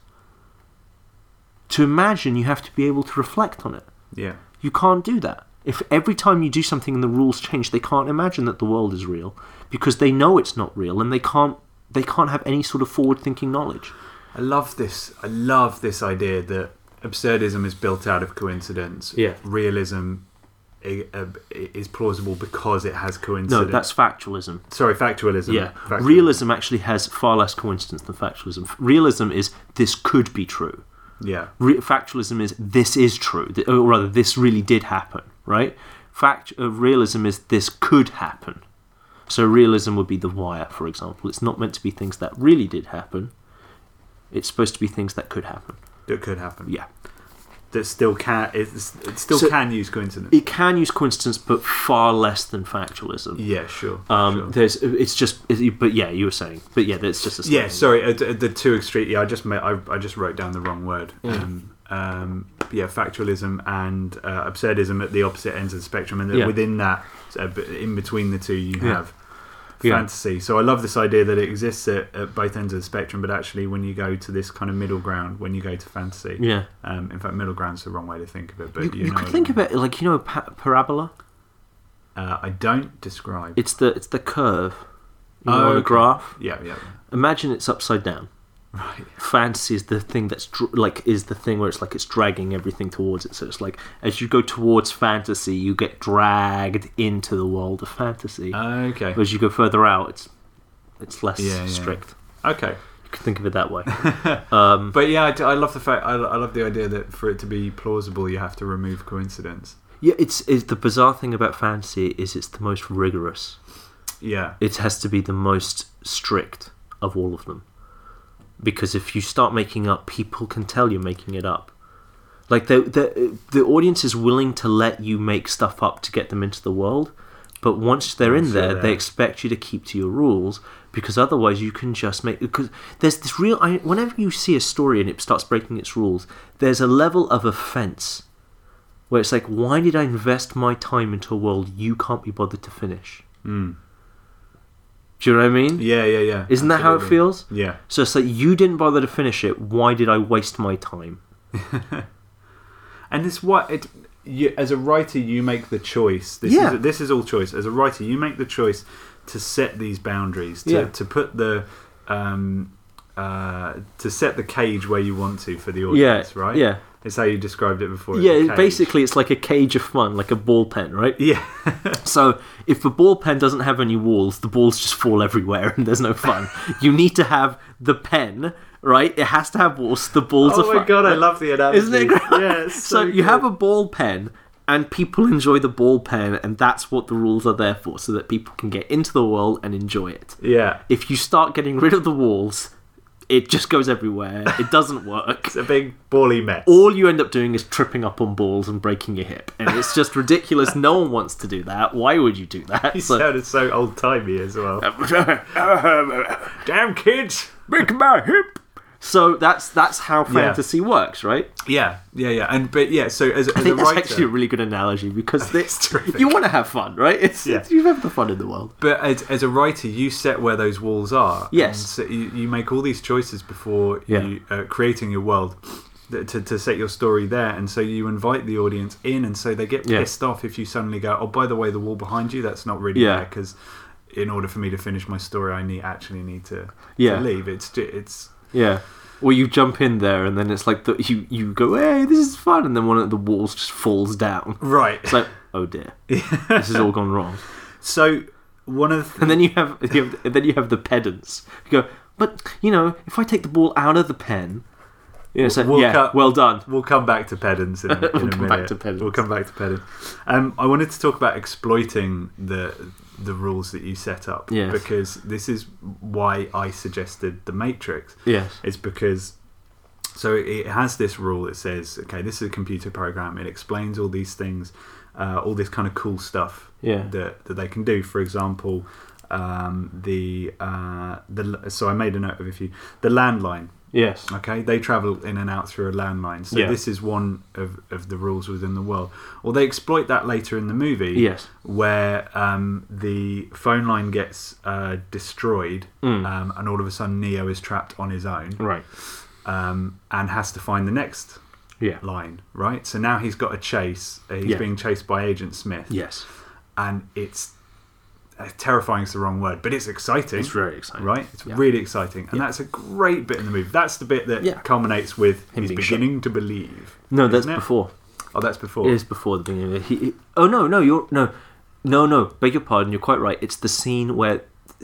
Speaker 1: To imagine, you have to be able to reflect on it.
Speaker 2: Yeah.
Speaker 1: You can't do that. If every time you do something and the rules change, they can't imagine that the world is real because they know it's not real and they can't they can't have any sort of forward-thinking knowledge.
Speaker 2: I love this. I love this idea that absurdism is built out of coincidence.
Speaker 1: Yeah.
Speaker 2: Realism i- uh, is plausible because it has
Speaker 1: No,
Speaker 2: coincidence.
Speaker 1: that's factualism.
Speaker 2: sorry, factualism.
Speaker 1: Yeah.
Speaker 2: Factualism.
Speaker 1: Realism actually has far less coincidence than factualism. Realism is this could be true.
Speaker 2: Yeah.
Speaker 1: re- factualism is this is true, th- or rather, this really did happen, right? Fact uh, realism is this could happen. So realism would be the wire, for example. It's not meant to be things that really did happen. It's supposed to be things that could happen.
Speaker 2: That could happen.
Speaker 1: Yeah,
Speaker 2: That still can. It's, it still
Speaker 1: So-
Speaker 2: can use coincidence.
Speaker 1: it can use coincidence, but far less than factualism.
Speaker 2: yeah. Sure.
Speaker 1: Um,
Speaker 2: sure.
Speaker 1: There's, it's just, it- but yeah, you were saying, but yeah, that's just a
Speaker 2: Yeah,
Speaker 1: statement.
Speaker 2: sorry, uh, the, the two extreme. Yeah, I just ma- I, I just wrote down the wrong word.
Speaker 1: Mm.
Speaker 2: Um, um, yeah, factualism and uh, absurdism at the opposite ends of the spectrum, and then
Speaker 1: Yeah.
Speaker 2: within that, uh, b- in between the two, you
Speaker 1: Yeah.
Speaker 2: have
Speaker 1: Yeah.
Speaker 2: fantasy. So I love this idea that it exists at, at both ends of the spectrum, but actually, when you go to this kind of middle ground, when you go to fantasy,
Speaker 1: yeah.
Speaker 2: um, in fact, middle ground's the wrong way to think of it, but
Speaker 1: You,
Speaker 2: you,
Speaker 1: you,
Speaker 2: know
Speaker 1: could
Speaker 2: what I
Speaker 1: think
Speaker 2: mean.
Speaker 1: of it like you know a pa- parabola.
Speaker 2: Uh, I don't describe.
Speaker 1: It's the it's the curve you know,
Speaker 2: Oh,
Speaker 1: on a
Speaker 2: okay.
Speaker 1: graph.
Speaker 2: yeah, yeah,
Speaker 1: Imagine it's upside down.
Speaker 2: right.
Speaker 1: fantasy is the thing that's dr- like is the thing where it's like it's dragging everything towards it so it's like as you go towards fantasy you get dragged into the world of fantasy
Speaker 2: Okay,
Speaker 1: as you go further out it's it's less
Speaker 2: Uh. Yeah, yeah.
Speaker 1: strict
Speaker 2: okay.
Speaker 1: you can think of it that way [laughs]
Speaker 2: But yeah, I, d- I love the fact I, I love the idea that for it to be plausible, you have to remove coincidence.
Speaker 1: yeah it's, it's the bizarre thing about fantasy is it's the most rigorous
Speaker 2: Yeah,
Speaker 1: it has to be the most strict of all of them. Because if you start making up, people can tell you're making it up. Like the the the audience is willing to let you make stuff up to get them into the world, but once they're in
Speaker 2: Once they're
Speaker 1: there,
Speaker 2: there.
Speaker 1: they expect you to keep to your rules because otherwise you can just make because there's this real. I, whenever you see a story and it starts breaking its rules, there's a level of offense where it's like, why did I invest my time into a world you can't be bothered to finish?
Speaker 2: Mm.
Speaker 1: Do you know what I mean?
Speaker 2: Yeah, yeah, yeah.
Speaker 1: Isn't that how it
Speaker 2: Absolutely.
Speaker 1: feels?
Speaker 2: Yeah.
Speaker 1: So it's like you didn't bother to finish it. Why did I waste my time?
Speaker 2: And this what it you, as a writer you make the choice. This
Speaker 1: Yeah.
Speaker 2: is this is all choice. As a writer you make the choice to set these boundaries to
Speaker 1: Yeah.
Speaker 2: to put the um uh to set the cage where you want to for the
Speaker 1: Yeah,
Speaker 2: audience, right?
Speaker 1: Yeah,
Speaker 2: It's how you described it before.
Speaker 1: yeah.
Speaker 2: the
Speaker 1: it-
Speaker 2: cage.
Speaker 1: Basically, it's like a cage of fun, like a ball pen, right?
Speaker 2: [laughs]
Speaker 1: [laughs]
Speaker 2: Yeah.
Speaker 1: So if the ball pen doesn't have any walls, the balls just fall everywhere, and there's no
Speaker 2: [laughs]
Speaker 1: fun. you need to have the pen, right? It has to have walls. The balls
Speaker 2: oh
Speaker 1: are
Speaker 2: my
Speaker 1: fun.
Speaker 2: god, I love the analogy.
Speaker 1: Isn't it great?
Speaker 2: Yeah. it's
Speaker 1: [laughs] So,
Speaker 2: so,
Speaker 1: you
Speaker 2: good.
Speaker 1: have a ball pen, and people enjoy the ball pen, and that's what the rules are there for, so that people can get into the world and enjoy it.
Speaker 2: yeah.
Speaker 1: If you start getting rid of the walls, it just goes everywhere. It doesn't work.
Speaker 2: It's a big bally mess.
Speaker 1: all you end up doing is tripping up on balls and breaking your hip, and it's just ridiculous. no one wants to do that. Why would you do that?
Speaker 2: He
Speaker 1: So-
Speaker 2: sounded so old timey as
Speaker 1: [laughs]
Speaker 2: well. Damn kids!
Speaker 1: break my hip. So that's that's how fantasy works, right?
Speaker 2: Yeah, yeah, yeah. And but yeah, so as, as
Speaker 1: I think
Speaker 2: a
Speaker 1: that's
Speaker 2: writer,
Speaker 1: actually a really good analogy [laughs] because
Speaker 2: It's
Speaker 1: it's
Speaker 2: terrific.
Speaker 1: you want to have fun, right? It's,
Speaker 2: Yeah.
Speaker 1: it's- you have the fun in the world.
Speaker 2: But as, as a writer, you set where those walls are.
Speaker 1: Yes.
Speaker 2: And so you, you make all these choices before
Speaker 1: Yeah.
Speaker 2: you, uh, creating your world th- to, to set your story there. And so you invite the audience in, and so they get
Speaker 1: Yeah.
Speaker 2: pissed off if you suddenly go, oh, by the way, the wall behind you, that's not really
Speaker 1: Yeah.
Speaker 2: there. Because in order for me to finish my story, I need actually need to,
Speaker 1: Yeah.
Speaker 2: to leave. It's, ju- it's
Speaker 1: Yeah. Or you jump in there and then it's like the, you you go, hey, this is fun, and then one of the walls just falls down.
Speaker 2: right.
Speaker 1: It's like, oh [laughs] dear, this has all gone wrong.
Speaker 2: So one of the
Speaker 1: And then you have, [laughs] you have then you have the pedants who go, but you know, if I take the ball out of the pen, you know, it's like,
Speaker 2: Walk
Speaker 1: yeah,
Speaker 2: up-
Speaker 1: well done.
Speaker 2: We'll come back to pedants
Speaker 1: [laughs]
Speaker 2: in, a- in
Speaker 1: We'll
Speaker 2: a
Speaker 1: come
Speaker 2: minute.
Speaker 1: back to pedants.
Speaker 2: We'll come back to pedants. Um, I wanted to talk about exploiting the the rules that you set up
Speaker 1: Yes.
Speaker 2: because this is why I suggested the Matrix.
Speaker 1: Yes.
Speaker 2: It's because so it has this rule that says, okay, this is a computer program. It explains all these things, uh, all this kind of cool stuff
Speaker 1: Yeah.
Speaker 2: that that they can do. For example, um, the uh, the so I made a note of a few the landline.
Speaker 1: Yes.
Speaker 2: Okay, they travel in and out through a landline. So
Speaker 1: Yeah.
Speaker 2: this is one of, of the rules within the world. Or they exploit that later in the movie,
Speaker 1: Yes.
Speaker 2: where um, the phone line gets uh, destroyed,
Speaker 1: Mm.
Speaker 2: um, and all of a sudden Neo is trapped on his own
Speaker 1: Right.
Speaker 2: um, and has to find the next
Speaker 1: Yeah.
Speaker 2: line. Right, so now he's got a chase. Uh, He's
Speaker 1: Yeah.
Speaker 2: being chased by Agent Smith,
Speaker 1: Yes.
Speaker 2: and it's uh, terrifying. Is the wrong word, but it's exciting.
Speaker 1: It's very exciting.
Speaker 2: Right, it's
Speaker 1: Yeah.
Speaker 2: really exciting, and that's a great bit in the movie. That's the bit that
Speaker 1: Yeah.
Speaker 2: culminates with
Speaker 1: Him
Speaker 2: he's
Speaker 1: being
Speaker 2: beginning to believe.
Speaker 1: No, that's
Speaker 2: isn't it?
Speaker 1: before.
Speaker 2: Oh, that's before.
Speaker 1: It is before the beginning. of it. He, he- oh no, no, you're no, no, no. Beg your pardon. You're quite right. It's the scene where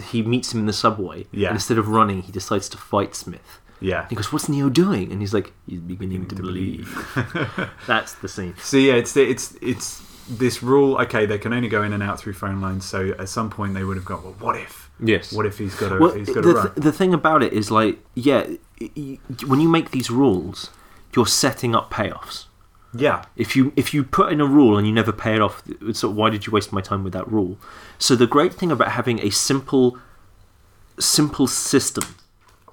Speaker 1: he meets him in the subway.
Speaker 2: Yeah.
Speaker 1: And instead of running, he decides to fight Smith.
Speaker 2: Yeah.
Speaker 1: He goes, "What's Neo doing?" And he's like, "He's beginning to believe." [laughs] That's the scene.
Speaker 2: So yeah, it's it's it's this rule. Okay, they can only go in and out through phone lines. So at some point they would have gone. Well, what if?
Speaker 1: Yes.
Speaker 2: What if he's got to
Speaker 1: well,
Speaker 2: he's
Speaker 1: the,
Speaker 2: got to run?
Speaker 1: th- the thing about it is like, yeah, y- y- when you make these rules, you're setting up payoffs.
Speaker 2: yeah.
Speaker 1: If you if you put in a rule and you never pay it off, it's sort of, why did you waste my time with that rule? So the great thing about having a simple, simple system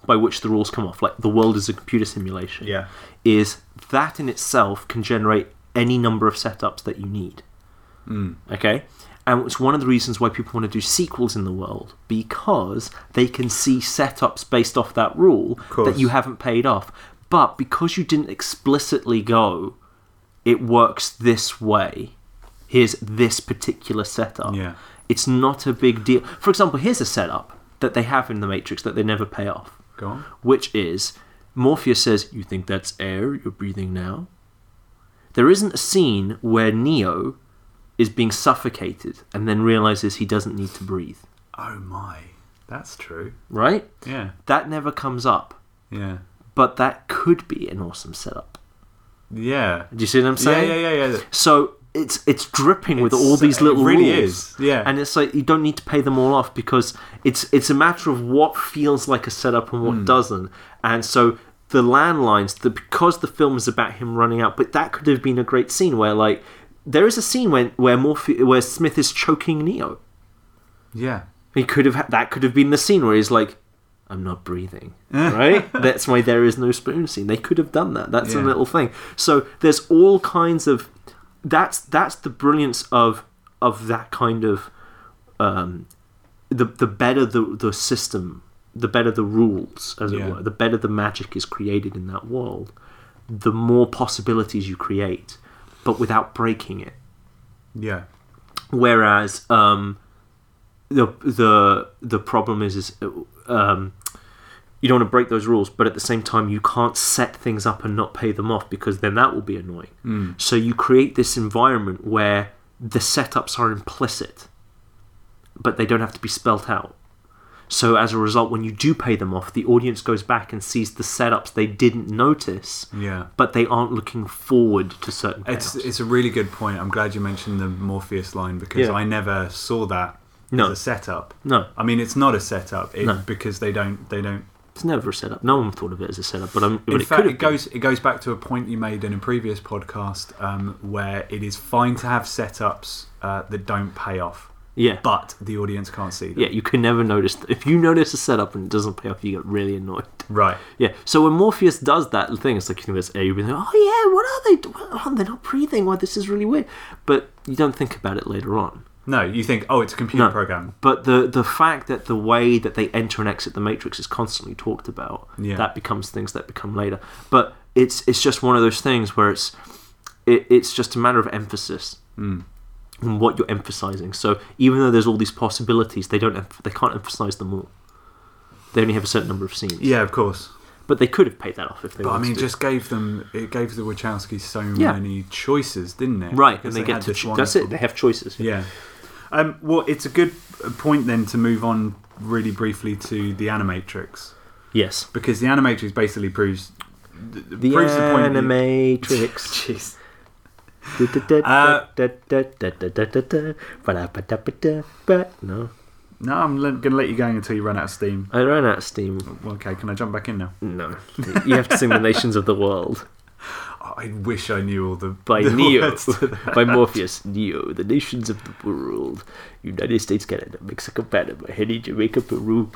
Speaker 1: by which the rules come off, like the world is a computer simulation,
Speaker 2: Yeah.
Speaker 1: is that in itself can generate any number of setups that you need.
Speaker 2: Hmm.
Speaker 1: Okay, and it's one of the reasons why people want to do sequels in the world because they can see setups based off that rule
Speaker 2: course.
Speaker 1: that you haven't paid off. But because you didn't explicitly go, it works this way. Here's this particular setup.
Speaker 2: Yeah.
Speaker 1: It's not a big deal. For example, here's a setup that they have in the Matrix that they never pay off,
Speaker 2: Go on.
Speaker 1: which is Morpheus says, You think that's air you're breathing now? There isn't a scene where Neo is being suffocated and then realizes he doesn't need to breathe,
Speaker 2: Oh my, that's true.
Speaker 1: right?
Speaker 2: Yeah.
Speaker 1: That never comes up,
Speaker 2: Yeah.
Speaker 1: but that could be an awesome setup.
Speaker 2: Yeah.
Speaker 1: Do you see what I'm
Speaker 2: Yeah.
Speaker 1: saying?
Speaker 2: Yeah. Yeah. Yeah.
Speaker 1: So it's it's dripping with
Speaker 2: It's-
Speaker 1: all these little
Speaker 2: it really
Speaker 1: rules.
Speaker 2: is, yeah.
Speaker 1: and it's like you don't need to pay them all off
Speaker 2: Hmm.
Speaker 1: because it's it's a matter of what feels like a setup and what doesn't, and so. th- the landlines the, because the film is about him running out. But that could have been a great scene where like there is a scene when where Morphe, where Smith is choking Neo.
Speaker 2: Yeah.
Speaker 1: He could have that could have been the scene where he's like, "I'm not breathing,"
Speaker 2: [laughs]
Speaker 1: right? That's why there is no spoon scene. They could have done that. That's a
Speaker 2: Yeah.
Speaker 1: little thing. So there's all kinds of that's that's the brilliance of of that kind of um, the the better the the system, the better the rules, as
Speaker 2: Yeah.
Speaker 1: it were, the better the magic is created in that world, the more possibilities you create, but without breaking it
Speaker 2: Yeah.
Speaker 1: whereas um, the the the problem is is um, you don't want to break those rules, but at the same time you can't set things up and not pay them off because then that will be annoying.
Speaker 2: Mm.
Speaker 1: So you create this environment where the setups are implicit, but they don't have to be spelt out. So as a result, when you do pay them off, the audience goes back and sees the setups they didn't notice,
Speaker 2: Yeah.
Speaker 1: but they aren't looking forward to certain.
Speaker 2: It's
Speaker 1: payoffs.
Speaker 2: it's a really good point. I'm glad you mentioned the Morpheus line because
Speaker 1: Yeah.
Speaker 2: I never saw that
Speaker 1: No.
Speaker 2: as a setup.
Speaker 1: no,
Speaker 2: I mean, it's not a setup it,
Speaker 1: No.
Speaker 2: because they don't they don't.
Speaker 1: It's never a setup. No one thought of it as a setup, but I'm. but
Speaker 2: In
Speaker 1: it
Speaker 2: fact,
Speaker 1: could
Speaker 2: it goes it goes back to a point you made in a previous podcast um, where it is fine to have setups uh, that don't pay off,
Speaker 1: Yeah,
Speaker 2: but the audience can't see them.
Speaker 1: yeah. You can never notice that. if you notice a setup and it doesn't pay off, you get really annoyed. [laughs]
Speaker 2: Right.
Speaker 1: Yeah. So when Morpheus does that thing, it's like you think that's A. You think, oh yeah, what are they? doing? Oh, they're not breathing. Well, this is really weird. But you don't think about it later on.
Speaker 2: No, you think oh, it's a computer
Speaker 1: No.
Speaker 2: program.
Speaker 1: But the the fact that the way that they enter and exit the matrix is constantly talked about,
Speaker 2: Yeah.
Speaker 1: that becomes things that become later. But it's it's just one of those things where it's it, it's just a matter of emphasis
Speaker 2: Mm.
Speaker 1: and what you're emphasizing. So even though there's all these possibilities, they don't emph- they can't emphasize them all. They only have a certain number of scenes,
Speaker 2: Yeah, of course.
Speaker 1: but they could have paid that off if they.
Speaker 2: But I
Speaker 1: wanted
Speaker 2: mean,
Speaker 1: to.
Speaker 2: just gave them it gave the Wachowskis so
Speaker 1: Yeah.
Speaker 2: many choices, didn't it?
Speaker 1: right, and
Speaker 2: Because
Speaker 1: they, get
Speaker 2: had
Speaker 1: to
Speaker 2: this
Speaker 1: cho-
Speaker 2: one-
Speaker 1: that's it. They have choices.
Speaker 2: Yeah. Um, well, it's a good point then to move on really briefly to the Animatrix
Speaker 1: Yes,
Speaker 2: because the Animatrix basically proves th-
Speaker 1: the
Speaker 2: proves the point. that-
Speaker 1: animatrix.
Speaker 2: [laughs] Jeez. Uh,
Speaker 1: But no,
Speaker 2: No, I'm going to let you go until you run out of steam.
Speaker 1: I ran out of steam.
Speaker 2: Well, Okay, can I jump back in now?
Speaker 1: No, you have to sing the nations of the world
Speaker 2: I wish I knew all the
Speaker 1: [laughs] by
Speaker 2: [laughs] the
Speaker 1: Neo,
Speaker 2: words to that.
Speaker 1: by Morpheus. Neo, the nations of the world: United States, Canada, Mexico, Panama, Haiti, Jamaica, Peru.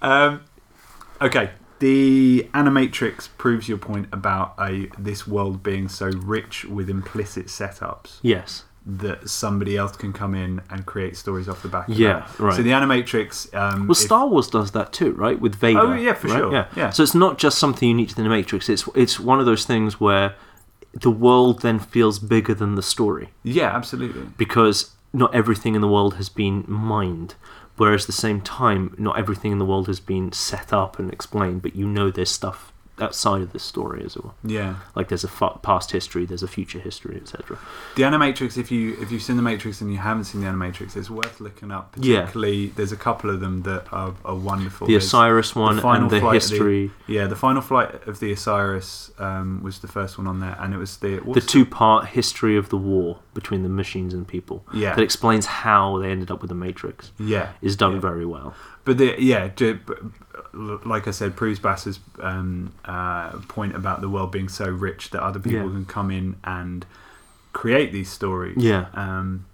Speaker 2: Um, okay, the Animatrix proves your point about a this world being so rich with implicit setups.
Speaker 1: Yes.
Speaker 2: that somebody else can come in and create stories off the back. Of
Speaker 1: Yeah,
Speaker 2: that.
Speaker 1: right.
Speaker 2: So the animatrix. Um,
Speaker 1: Well,
Speaker 2: if-
Speaker 1: Star Wars does that too, right? With Vader.
Speaker 2: Oh, yeah, for
Speaker 1: right?
Speaker 2: sure.
Speaker 1: Yeah.
Speaker 2: Yeah.
Speaker 1: So it's not just something unique to the Matrix. It's it's one of those things where the world then feels bigger than the story
Speaker 2: yeah, absolutely.
Speaker 1: because not everything in the world has been mined. Whereas at the same time, not everything in the world has been set up and explained, but you know there's stuff outside of this story as well.
Speaker 2: Yeah,
Speaker 1: Like there's a fa- past history, there's a future history, etc.
Speaker 2: the animatrix. If you if you've seen the Matrix and you haven't seen the animatrix, it's worth looking up.
Speaker 1: Yeah.
Speaker 2: Particularly, there's a couple of them that are, are wonderful.
Speaker 1: The
Speaker 2: There's-
Speaker 1: Osiris one
Speaker 2: final
Speaker 1: and the
Speaker 2: flight of the-
Speaker 1: history,
Speaker 2: Yeah, the final flight of the Osiris um, was the first one on there, and it was the
Speaker 1: the
Speaker 2: what's
Speaker 1: two-part history of the war between the machines and people.
Speaker 2: Yeah.
Speaker 1: that explains how they ended up with the Matrix
Speaker 2: Yeah,
Speaker 1: is done
Speaker 2: Yeah.
Speaker 1: very well.
Speaker 2: But the, yeah, ju- b- like I said, proves Bass's um, uh, point about the world being so rich that other people
Speaker 1: Yeah.
Speaker 2: can come in and create these stories.
Speaker 1: Yeah.
Speaker 2: Um,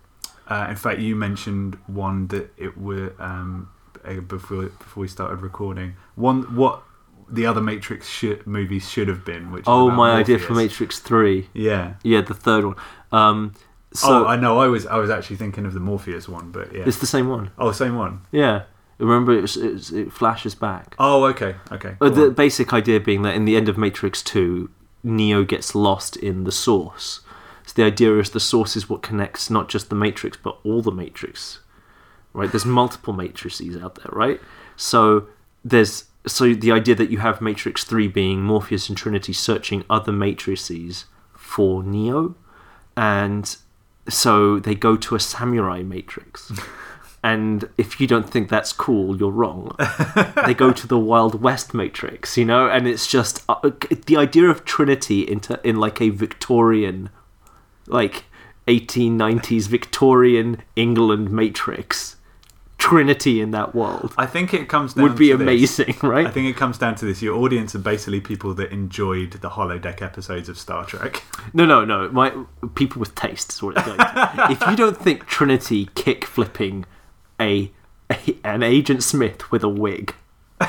Speaker 2: uh, in fact, you mentioned one that it were um, eh, before before we started recording. One what the other Matrix should, movies should have been. Which is
Speaker 1: Oh,
Speaker 2: about
Speaker 1: my idea for
Speaker 2: Morpheus.
Speaker 1: Matrix Three.
Speaker 2: Yeah.
Speaker 1: Yeah, the third one. Um, so
Speaker 2: oh, I know. I was I was actually thinking of the Morpheus one, but yeah.
Speaker 1: it's the same one.
Speaker 2: Oh, same one.
Speaker 1: Yeah, remember it's, it's, it flashes back.
Speaker 2: Oh, okay, okay.
Speaker 1: Uh,
Speaker 2: go
Speaker 1: the
Speaker 2: on.
Speaker 1: basic idea being that in the end of Matrix Two, Neo gets lost in the source. So the idea is the source is what connects not just the Matrix but all the Matrix. Right? There's multiple matrices out there, right? So there's so the idea that you have Matrix Three being Morpheus and Trinity searching other matrices for Neo, and so they go to a samurai matrix. And if you don't think that's cool, you're wrong. they go to the Wild West Matrix, you know, and it's just uh, the idea of Trinity into in like a Victorian, like 1890s Victorian England Matrix trinity in that world
Speaker 2: I think it comes down
Speaker 1: would be
Speaker 2: to this.
Speaker 1: amazing,
Speaker 2: I
Speaker 1: right?
Speaker 2: think it comes down to this: your audience are basically people that enjoyed the holodeck episodes of Star Trek. [laughs]
Speaker 1: No, no, no. My people with taste is what it's going. to. if you don't think Trinity kick flipping a, a an Agent Smith with a wig,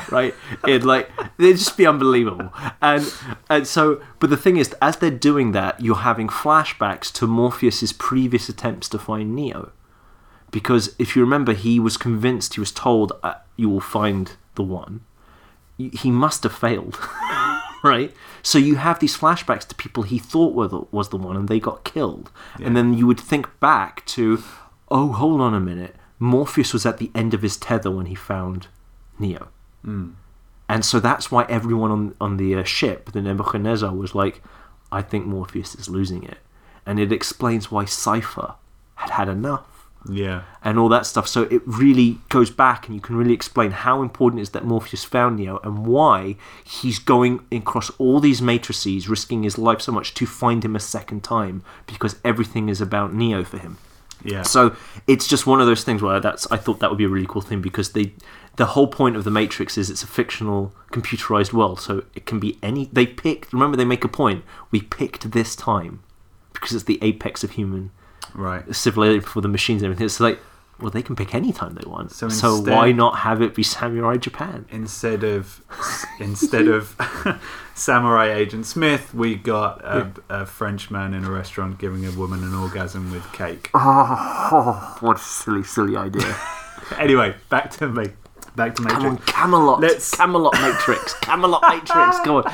Speaker 1: right? It'd like it'd just be unbelievable. And and so, but the thing is, as they're doing that, you're having flashbacks to Morpheus's previous attempts to find Neo, because if you remember, he was convinced he was told uh, you will find the one. Y- He must have failed. right? So you have these flashbacks to people he thought were the, was the one, and they got killed. And then you would think back to, oh, hold on a minute, Morpheus was at the end of his tether when he found Neo, and so that's why everyone on on the uh, ship, the Nebuchadnezzar, was like, I think Morpheus is losing it, and it explains why Cipher had had enough
Speaker 2: Yeah,
Speaker 1: and all that stuff. So it really goes back, and you can really explain how important it is that Morpheus found Neo and why he's going across all these matrices, risking his life so much to find him a second time because everything is about Neo for him.
Speaker 2: yeah,
Speaker 1: So it's just one of those things where that's I thought that would be a really cool thing because they the whole point of the Matrix is it's a fictional computerized world, so it can be any they picked remember they make a point, we picked this time because it's the apex of human
Speaker 2: right.
Speaker 1: civilization before the machines and everything. It's like well they can pick any time they want.
Speaker 2: So
Speaker 1: So,
Speaker 2: instead-
Speaker 1: why not have it be samurai Japan?
Speaker 2: Instead of instead of [laughs] samurai agent Smith, we got a, a Frenchman in a restaurant giving a woman an orgasm with cake.
Speaker 1: Uh-huh. Oh, [laughs] what a silly, silly [laughs] idea.
Speaker 2: Anyway, back to me. Back to
Speaker 1: Come on,
Speaker 2: Matrix.
Speaker 1: Camelot.
Speaker 2: Let's-
Speaker 1: Camelot [laughs] Matrix. Camelot Matrix. Come on.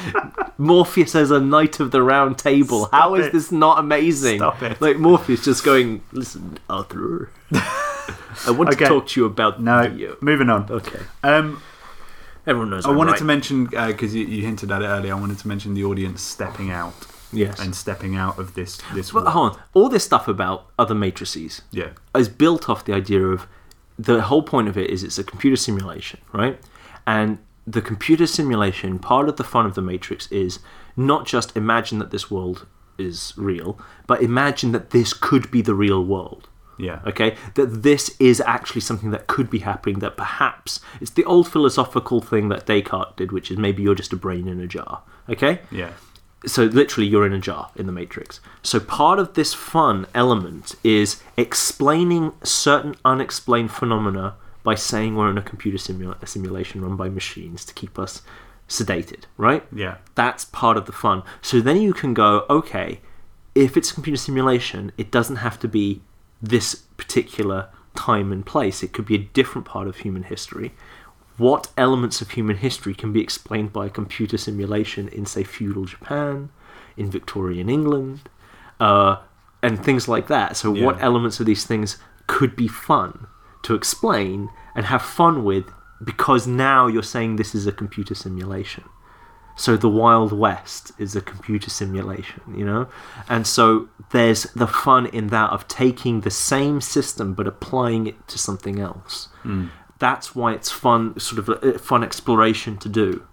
Speaker 1: Morpheus as a knight of the round table. How is
Speaker 2: it.
Speaker 1: this not amazing?
Speaker 2: Stop it.
Speaker 1: Like Morpheus just going, listen, Arthur. I want
Speaker 2: Okay.
Speaker 1: to talk to you about
Speaker 2: No,
Speaker 1: you.
Speaker 2: moving on.
Speaker 1: Okay.
Speaker 2: Um,
Speaker 1: Everyone knows.
Speaker 2: I wanted to mention because you, you hinted at it earlier. I wanted to mention the audience stepping out
Speaker 1: Yes.
Speaker 2: and stepping out of this this.
Speaker 1: But
Speaker 2: war.
Speaker 1: hold on. All this stuff about other matrices.
Speaker 2: Yeah,
Speaker 1: is built off the idea of the whole point of it is it's a computer simulation, right? And the computer simulation, part of the fun of the Matrix is not just imagine that this world is real, but imagine that this could be the real world.
Speaker 2: yeah.
Speaker 1: Okay, that this is actually something that could be happening. That perhaps it's the old philosophical thing that Descartes did, which is maybe you're just a brain in a jar. Okay,
Speaker 2: Yeah.
Speaker 1: so literally you're in a jar in the matrix so part of this fun element is explaining certain unexplained phenomena by saying we're in a computer simula- a simulation run by machines to keep us sedated right
Speaker 2: Yeah.
Speaker 1: that's part of the fun so then you can go okay if it's a computer simulation it doesn't have to be this particular time and place it could be a different part of human history what elements of human history can be explained by a computer simulation in, say, feudal Japan, in Victorian England, uh, and things like that. So, what
Speaker 2: Yeah.
Speaker 1: elements of these things could be fun to explain and have fun with because now you're saying this is a computer simulation? So the Wild West is a computer simulation, you know? And so there's the fun in that of taking the same system but applying it to something else. That's why it's fun, sort of a, a fun exploration to do.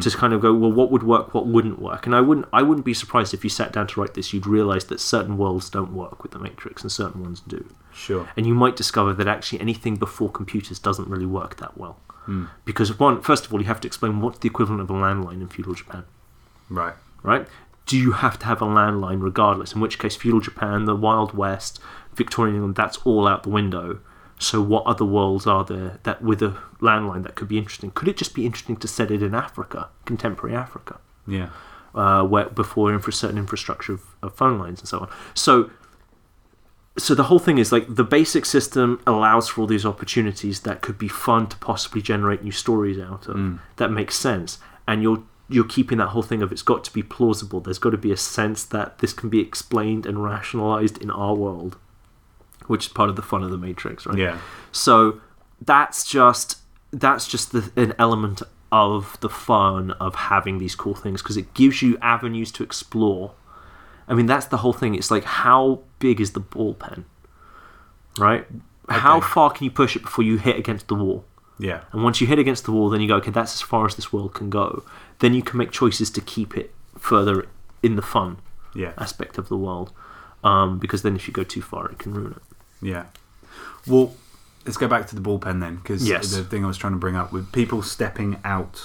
Speaker 1: To kind of go, well, what would work, what wouldn't work, and I wouldn't, I wouldn't be surprised if you sat down to write this, you'd realize that certain worlds don't work with the Matrix and certain ones do
Speaker 2: Sure.
Speaker 1: and you might discover that actually anything before computers doesn't really work that well. Because one, first of all, you have to explain what's the equivalent of a landline in feudal Japan,
Speaker 2: Right.
Speaker 1: right? Do you have to have a landline regardless? In which case, feudal Japan, the Wild West, Victorian England, that's all out the window. So, what other worlds are there that with a landline that could be interesting? Could it just be interesting to set it in Africa, contemporary Africa?
Speaker 2: Yeah.
Speaker 1: uh, where, before infra- certain infrastructure of, of phone lines and so on. So, so the whole thing is like the basic system allows for all these opportunities that could be fun to possibly generate new stories out of that makes sense, and you're you're keeping that whole thing of it's got to be plausible. There's got to be a sense that this can be explained and rationalized in our world, which is part of the fun of the Matrix, right?
Speaker 2: Yeah.
Speaker 1: So that's just that's just the, an element of the fun of having these cool things because it gives you avenues to explore. I mean, that's the whole thing. It's like how big is the ball pen, right? How
Speaker 2: Okay.
Speaker 1: far can you push it before you hit against the wall?
Speaker 2: Yeah.
Speaker 1: And once you hit against the wall, then you go, okay, that's as far as this world can go. Then you can make choices to keep it further in the fun
Speaker 2: Yeah.
Speaker 1: aspect of the world, um, because then if you go too far, it can ruin it.
Speaker 2: Yeah. Well, let's go back to the bullpen then, because
Speaker 1: Yes.
Speaker 2: the thing I was trying to bring up with people stepping out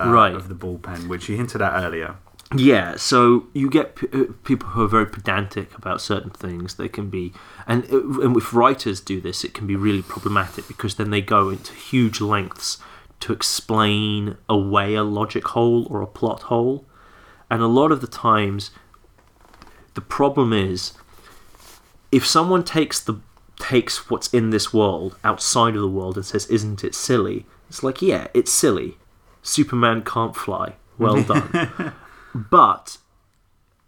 Speaker 2: uh,
Speaker 1: Right.
Speaker 2: of the bullpen, which you hinted at earlier.
Speaker 1: Yeah, so you get p- uh, people who are very pedantic about certain things. They can be, and uh, and if writers do this, it can be really problematic because then they go into huge lengths to explain away a logic hole or a plot hole, and a lot of the times, the problem is if someone takes the takes what's in this world outside of the world and says, "Isn't it silly?" It's like, yeah, it's silly. Superman can't fly. Well done. but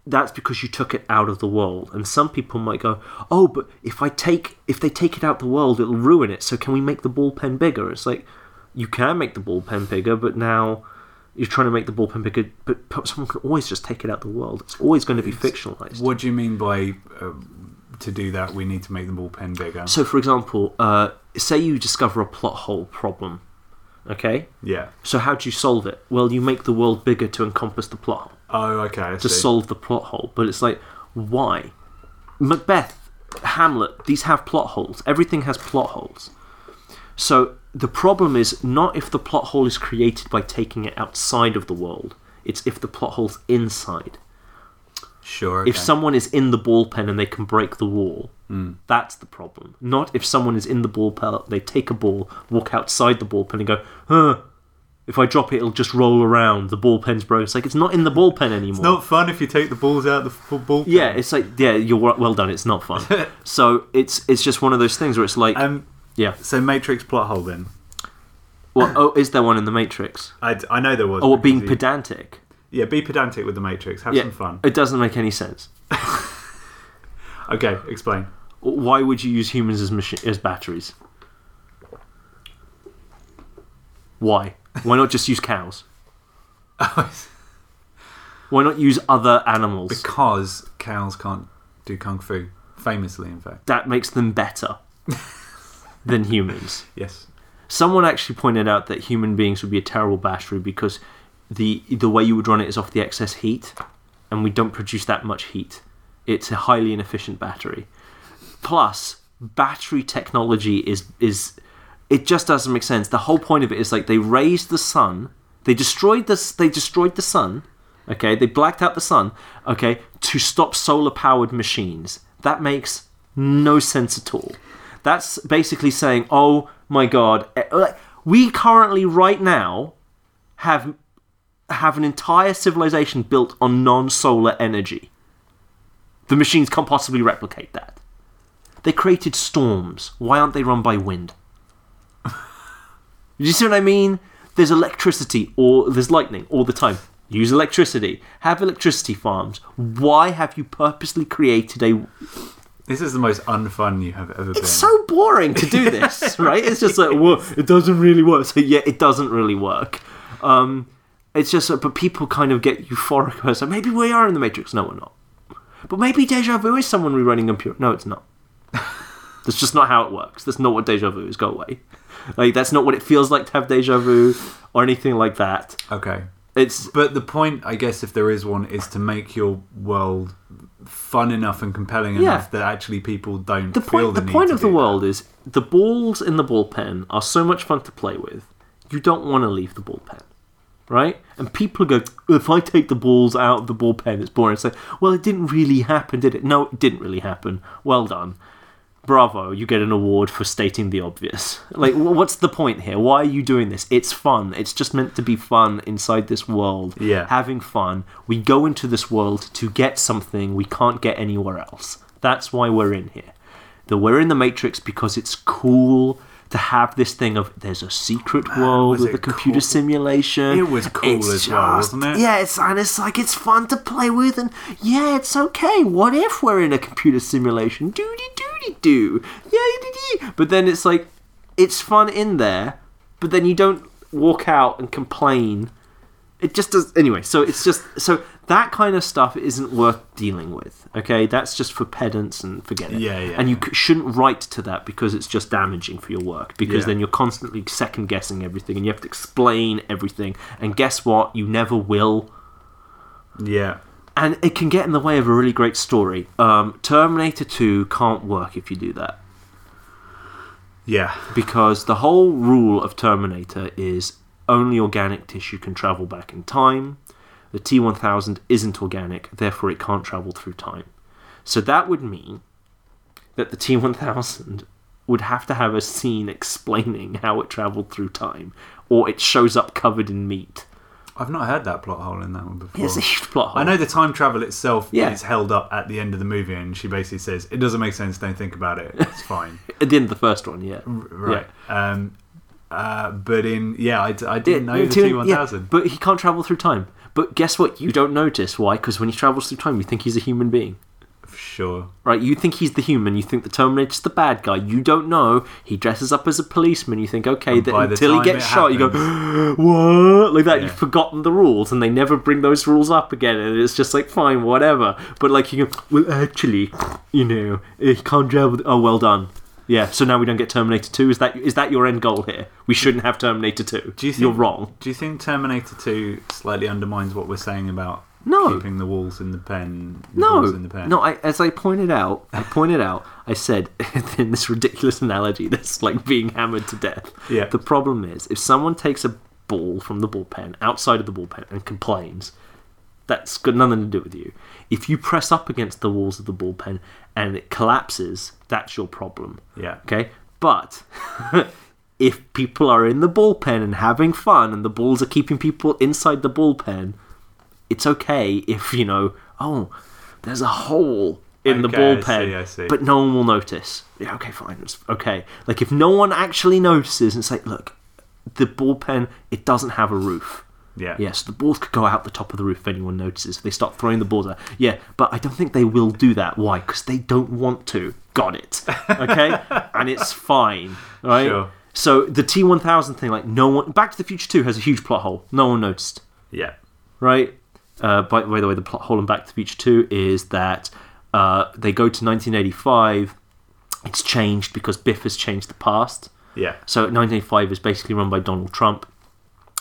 Speaker 1: that's because you took it out of the world and some people might go oh but if i take if they take it out the world it'll ruin it so can we make the ballpen bigger it's like you can make the ballpen bigger but now you're trying to make the ballpen bigger but p- someone can always just take it out the world it's always going to be fictionalized
Speaker 2: What do you mean by uh, to do that? We need to make the bullpen bigger.
Speaker 1: so for example uh, say you discover a plot hole problem okay
Speaker 2: yeah.
Speaker 1: so how do you solve it well you make the world bigger to encompass the plot hole
Speaker 2: Oh, okay. I
Speaker 1: to
Speaker 2: see.
Speaker 1: solve the plot hole. But it's like, why? Macbeth, Hamlet, these have plot holes. Everything has plot holes. So the problem is not if the plot hole is created by taking it outside of the world, it's if the plot hole's inside.
Speaker 2: sure.
Speaker 1: If
Speaker 2: okay. Hmm.
Speaker 1: someone is in the ballpen and they can break the wall, that's the problem. Not if someone is in the ballpen, they take a ball, walk outside the ballpen, and go, huh. If I drop it, it'll just roll around. The ballpen's broken. It's like it's not in the ballpen anymore.
Speaker 2: not fun if you take the balls out of the f- bullpen.
Speaker 1: Yeah, it's like yeah, you're wel- well done. It's not
Speaker 2: [laughs]
Speaker 1: fun. so it's it's just one of those things where it's like
Speaker 2: Um.
Speaker 1: yeah.
Speaker 2: So Matrix plot hole then.
Speaker 1: Well, oh, is there one in the Matrix?
Speaker 2: I, d- I know there was.
Speaker 1: Or
Speaker 2: because
Speaker 1: Oh, being
Speaker 2: you-
Speaker 1: pedantic?
Speaker 2: Yeah, be pedantic with the Matrix. Have
Speaker 1: Yeah,
Speaker 2: some fun.
Speaker 1: it doesn't make any sense.
Speaker 2: Okay, explain. [laughs]
Speaker 1: Why would you use humans as machi- as batteries? Why? Why not just use cows? Why not use other animals?
Speaker 2: because cows can't do kung fu, famously, in fact.
Speaker 1: that makes them better than humans.
Speaker 2: Yes.
Speaker 1: Someone actually pointed out that human beings would be a terrible battery because the the way you would run it is off the excess heat, and we don't produce that much heat. It's a highly inefficient battery. Plus, battery technology is is it just doesn't make sense. The whole point of it is like they raised the sun, they destroyed this, they destroyed the sun. Okay, they blacked out the sun. Okay, to stop solar powered machines. That makes no sense at all. That's basically saying, oh my god, eh, like, we currently right now have have an entire civilization built on non-solar energy. The machines can't possibly replicate that. They created storms. Why aren't they run by wind? you see what I mean? There's electricity or there's lightning all the time. Use electricity. Have electricity farms. Why have you purposely created a
Speaker 2: This is the most unfun you have ever been.
Speaker 1: it's so boring to do
Speaker 2: [laughs]
Speaker 1: this, right? It's just like, well, it doesn't really work. So yeah, it doesn't really work. Um, it's just, that- but people kind of get euphoric about. it. So maybe we are in the Matrix. No, we're not. But maybe deja vu is someone rerunning computer. No, it's
Speaker 2: [laughs]
Speaker 1: not. That's just not how it works. That's not what deja vu is. Go away. Like that's not what it feels like to have deja vu or anything like that.
Speaker 2: okay.
Speaker 1: It's
Speaker 2: But the point, I guess, if there is one, is to make your world fun enough and compelling enough that actually people don't
Speaker 1: the
Speaker 2: feel
Speaker 1: point.
Speaker 2: the,
Speaker 1: The
Speaker 2: need
Speaker 1: point
Speaker 2: to
Speaker 1: of the
Speaker 2: do that.
Speaker 1: world is the balls in the ballpen are so much fun to play with. You don't want to leave the ballpen, right? And people go, if I take the balls out of the ballpen, it's boring. It's like, well, it didn't really happen, did it? No, it didn't really happen. Well done, bravo. You get an award for stating the obvious. Like, wh- what's the point here? Why are you doing this? It's fun. It's just meant to be fun inside this world.
Speaker 2: Yeah.
Speaker 1: having fun. We go into this world to get something we can't get anywhere else. That's why we're in here that we're in the Matrix because it's cool to have this thing of there's a secret world
Speaker 2: was
Speaker 1: with
Speaker 2: it
Speaker 1: a computer
Speaker 2: cool?
Speaker 1: simulation.
Speaker 2: It was cool
Speaker 1: It's
Speaker 2: as well, wasn't it?
Speaker 1: Yeah, it's and it's like it's fun to play with, and yeah, it's okay. What if we're in a computer simulation? Doody doody doo. Yeah, dee, dee. but then it's like it's fun in there, but then you don't walk out and complain. It just does anyway. So it's just so that kind of stuff isn't worth dealing with. Okay, that's just for pedants and forget it.
Speaker 2: Yeah, yeah.
Speaker 1: And you c- shouldn't write to that because it's just damaging for your work because
Speaker 2: Yeah.
Speaker 1: then you're constantly second guessing everything and you have to explain everything and guess what you never will
Speaker 2: Yeah.
Speaker 1: and it can get in the way of a really great story um, terminator 2 can't work if you do that
Speaker 2: Yeah.
Speaker 1: because the whole rule of Terminator is only organic tissue can travel back in time. The T1000 isn't organic, therefore it can't travel through time. So that would mean that the T1000 would have to have a scene explaining how it traveled through time, or it shows up covered in meat.
Speaker 2: I've not heard that plot hole in that one before.
Speaker 1: It's a [laughs] huge plot hole.
Speaker 2: I know the time travel itself
Speaker 1: Yeah.
Speaker 2: is held up at the end of the movie, and she basically says, "It doesn't make sense. Don't think about it. It's
Speaker 1: [laughs]
Speaker 2: fine."
Speaker 1: At the end of the first one, yeah.
Speaker 2: right. Um, uh, but in yeah, I, d- I
Speaker 1: Yeah,
Speaker 2: didn't know the
Speaker 1: two-
Speaker 2: T one
Speaker 1: yeah,
Speaker 2: thousand.
Speaker 1: but he can't travel through time. But guess what? You don't notice. Why? Because when he travels through time, you think he's a human being.
Speaker 2: Sure.
Speaker 1: Right, you think he's the human, you think the Terminator's the bad guy, you don't know, he dresses up as a policeman, you think, okay,
Speaker 2: And
Speaker 1: that
Speaker 2: by the
Speaker 1: until he
Speaker 2: time
Speaker 1: gets
Speaker 2: it
Speaker 1: shot, you go, [gasps] what? Like that, you've
Speaker 2: Yeah.
Speaker 1: forgotten the rules, and they never bring those rules up again, and it's just like, fine, whatever. But like, you go, well, actually, you know, he can't travel. Oh, well done. Yeah, so now we don't get Terminator 2. Is that is that your end goal here? We shouldn't have Terminator 2.
Speaker 2: Do you think
Speaker 1: You're wrong.
Speaker 2: Do you think Terminator Two slightly undermines what we're saying about
Speaker 1: No.
Speaker 2: keeping the walls in the pen? the
Speaker 1: No,
Speaker 2: balls in the pen?
Speaker 1: no. I, as I pointed out, I pointed out. I said [laughs] in this ridiculous analogy that's like being hammered to death.
Speaker 2: Yeah.
Speaker 1: The problem is if someone takes a ball from the bullpen outside of the bullpen and complains, that's got nothing to do with you. If you press up against the walls of the bullpen and it collapses, that's your problem.
Speaker 2: Yeah.
Speaker 1: Okay, but [laughs] if people are in the bullpen and having fun and the balls are keeping people inside the bullpen, it's okay if, you know, oh, there's a hole in the
Speaker 2: Okay, I
Speaker 1: bullpen.
Speaker 2: see, I see.
Speaker 1: But no one will notice. Yeah, okay, fine. It's okay. Like if no one actually notices and it's like, look, the bullpen, it doesn't have a roof.
Speaker 2: Yeah.
Speaker 1: Yeah, so the balls could go out the top of the roof if anyone notices. If they start throwing the balls out. Yeah, but I don't think they will do that. Why? Because they don't want to. Got
Speaker 2: [laughs]
Speaker 1: it. Okay? and it's fine. Right?
Speaker 2: Sure.
Speaker 1: So the T one thousand thing, like no one Back to the Future Two has a huge plot hole. No one noticed.
Speaker 2: Yeah.
Speaker 1: Right? Uh, by, by the way, the plot hole in Back to the Future Two is that uh, they go to nineteen eighty five, it's changed because Biff has changed the past.
Speaker 2: Yeah.
Speaker 1: So 1985 is basically run by Donald Trump,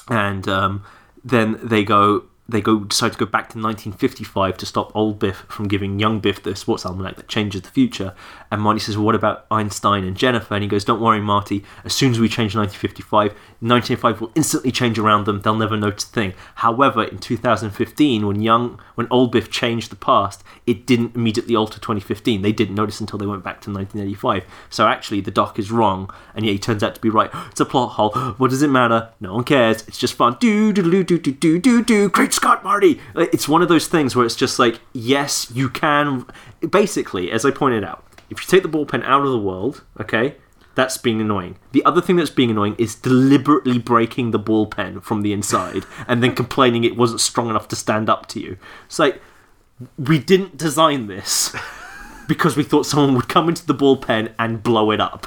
Speaker 1: and um, then they go they go decide to go back to 1955 to stop old Biff from giving young Biff the sports almanac that changes the future. And Marty says, well, "What about Einstein and Jennifer?" And he goes, "Don't worry, Marty. As soon as we change 1955, 1985 will instantly change around them. They'll never notice a thing." However, in 2015, when young when old Biff changed the past, it didn't immediately alter 2015. They didn't notice until they went back to 1985. So actually, the doc is wrong, and yet he turns out to be right. [gasps] It's a plot hole. What does it matter? No one cares. It's just fun. Do do do do do do do do. Great Scott, Marty! Like, It's one of those things where it's just like, yes, you can. Basically, as I pointed out, if you take the ballpen out of the world, okay. That's being annoying. The other thing that's being annoying is deliberately breaking the ballpen from the inside and then [laughs] complaining it wasn't strong enough to stand up to you. It's like, we didn't design this because we thought someone would come into the bullpen and blow it up.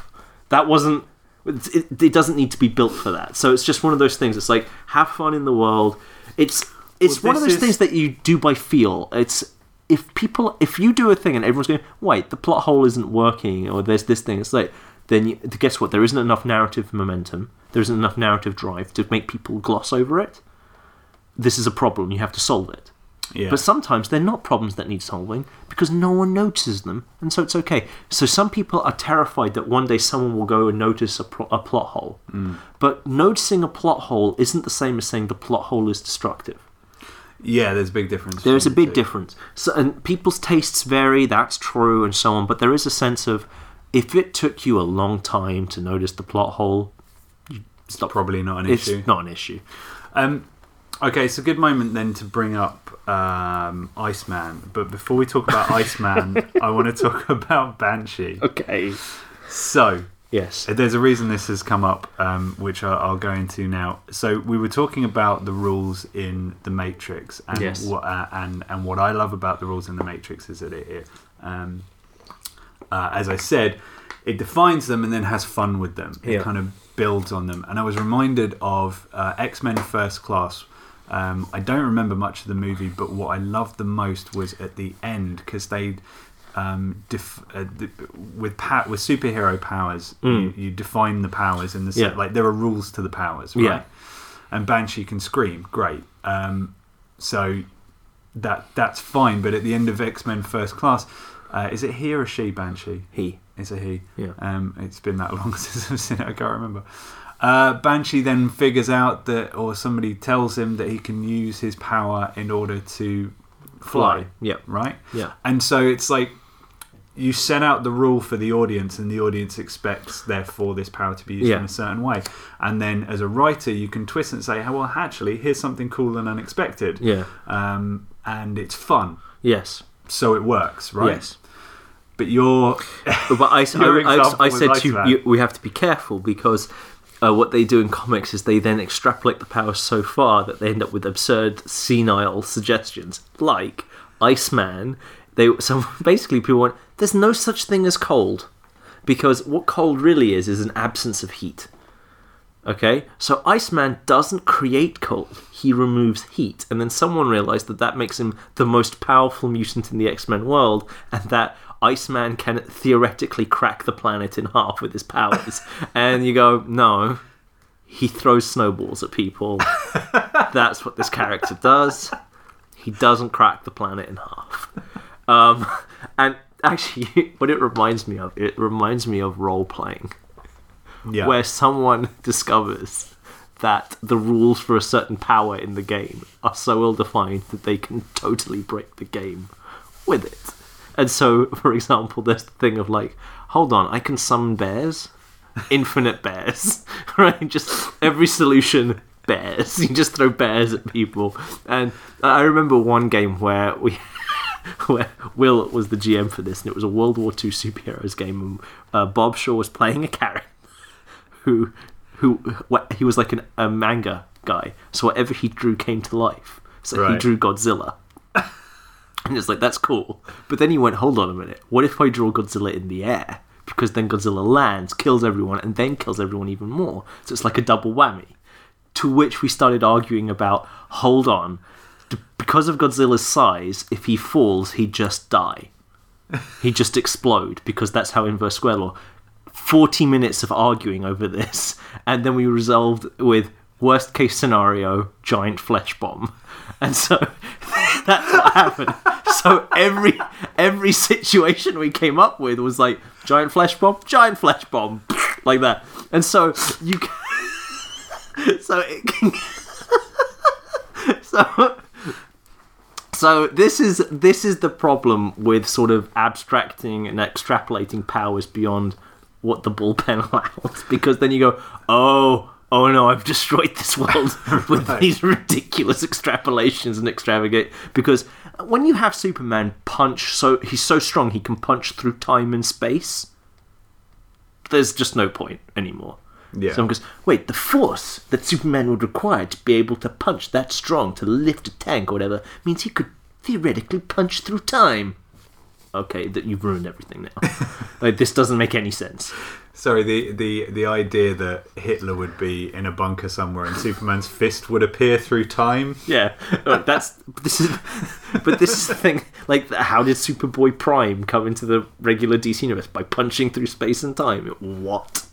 Speaker 1: That wasn't. It, it doesn't need to be built for that. So it's just one of those things. It's like have fun in the world. It's it's
Speaker 2: Well,
Speaker 1: one of those
Speaker 2: this is-
Speaker 1: things that you do by feel. It's if people if you do a thing and everyone's going wait the plot hole isn't working or there's this thing. It's like then you, guess what? There isn't enough narrative momentum. There isn't enough narrative drive to make people gloss over it. This is a problem. You have to solve it.
Speaker 2: Yeah.
Speaker 1: But sometimes they're not problems that need solving because no one notices them, and so it's okay. So some people are terrified that one day someone will go and notice a, pro- a plot hole.
Speaker 2: Mm.
Speaker 1: But noticing a plot hole isn't the same as saying the plot hole is destructive.
Speaker 2: yeah. There's a big difference.
Speaker 1: There is a
Speaker 2: between
Speaker 1: big
Speaker 2: the two.
Speaker 1: difference. So, and people's tastes vary, that's true, and so on, but there is a sense of if it took you a long time to notice the plot hole,
Speaker 2: It's probably not an
Speaker 1: it's
Speaker 2: issue.
Speaker 1: not an issue.
Speaker 2: Um, okay, so good moment then to bring up um, Iceman. But before we
Speaker 1: [laughs]
Speaker 2: talk about Iceman, I want to talk [laughs] about Banshee.
Speaker 1: Okay.
Speaker 2: So
Speaker 1: Yes.
Speaker 2: Uh, there's a reason this has come up, um, which I, I'll go into now. So we were talking about the rules in the Matrix, and
Speaker 1: Yes.
Speaker 2: what uh, and and what I love about the rules in the Matrix is that it, it um, uh, as I said, it defines them and then has fun with them. It
Speaker 1: Yeah.
Speaker 2: kind of builds on them. And I was reminded of uh, X Men First Class. Um, I don't remember much of the movie, but what I loved the most was at the end because they. Um, def- uh, the, with pa- with superhero powers, you, you define the powers in the se-
Speaker 1: Hmm. Yeah.
Speaker 2: like there are rules to the powers, right?
Speaker 1: Yeah.
Speaker 2: And Banshee can scream, great. Um, so that that's fine. But at the end of X Men First Class, Uh, is it he or she Banshee?
Speaker 1: He.
Speaker 2: It's a he.
Speaker 1: Yeah.
Speaker 2: Um, it's been that [laughs] long since I've seen it. I can't remember. Uh, Banshee then figures out that, or somebody tells him that he can use his power in order to fly.
Speaker 1: Yeah.
Speaker 2: Right.
Speaker 1: Yeah.
Speaker 2: And so it's like you set out the rule for the audience, and the audience expects, therefore, this power to be used
Speaker 1: Yeah.
Speaker 2: in a certain way. And then, as a writer, you can twist it and say, "Oh, well, actually, here's something cool and unexpected."
Speaker 1: Yeah.
Speaker 2: Um, and it's fun,
Speaker 1: Yes.
Speaker 2: so it works, right?
Speaker 1: Yes.
Speaker 2: But you're [laughs]
Speaker 1: But I,
Speaker 2: Your
Speaker 1: I, I,
Speaker 2: example
Speaker 1: I
Speaker 2: was
Speaker 1: said
Speaker 2: like
Speaker 1: to you,
Speaker 2: that.
Speaker 1: you, we have to be careful because uh, what they do in comics is they then extrapolate the power so far that they end up with absurd, senile suggestions like Iceman. They [laughs] so basically people want there's no such thing as cold because what cold really is is an absence of heat. Okay, so Iceman doesn't create cold; he removes heat. And then someone realized that that makes him the most powerful mutant in the X Men world, and that Iceman can theoretically crack the planet in half with his powers. and you go, no, he throws snowballs at people. That's what this character does. He doesn't crack the planet in half. Um, [laughs] and actually, [laughs] what it reminds me of, it reminds me of role playing
Speaker 2: yeah.
Speaker 1: where someone [laughs] discovers that the rules for a certain power in the game are so ill defined that they can totally break the game with it. And so, [laughs] for example, there's the thing of like, hold on, I can summon bears, infinite bears, [laughs] right? Just every solution, bears. [laughs] You just throw bears at people. And I remember one game where we [laughs] where Will was the GM for this, and it was a World War II superheroes game, and uh, Bob Shaw was playing a character who who what, he was like an, a manga guy, so whatever he drew came to life. So he
Speaker 2: Right.
Speaker 1: drew Godzilla. [laughs] And it's like that's cool, but then he went, "Hold on a minute. What if I draw Godzilla in the air? Because then Godzilla lands, kills everyone, and then kills everyone even more. So it's like a double whammy." To which we started arguing about, "Hold on, d- because of Godzilla's size, if he falls, he just die. He just explode because that's how inverse square law." 40 minutes of arguing over this, [laughs] and then we resolved with worst case scenario giant flesh bomb. [laughs] And so that's what happened. So every every situation we came up with was like giant flesh bomb, giant flesh bomb, [laughs] like that. And so you [laughs] can, so it can, [laughs] so so this is this is the problem with sort of abstracting and extrapolating powers beyond what the bullpen [laughs] allows, because then you go, oh, oh no, I've destroyed this world [laughs] with
Speaker 2: Right.
Speaker 1: these ridiculous extrapolations and extravagate. Because when you have Superman punch, so he's so strong he can punch through time and space. There's just no point anymore.
Speaker 2: Yeah.
Speaker 1: Someone goes, wait, the force that Superman would require to be able to punch that strong to lift a tank or whatever means he could theoretically punch through time. Okay, that you've ruined everything now. like this doesn't make any sense.
Speaker 2: Sorry, the, the, the idea that Hitler would be in a bunker somewhere and Superman's fist would appear through time.
Speaker 1: Yeah, Look, that's this is, but this is the thing. Like, how did Superboy Prime come into the regular DC universe by punching through space and time? What?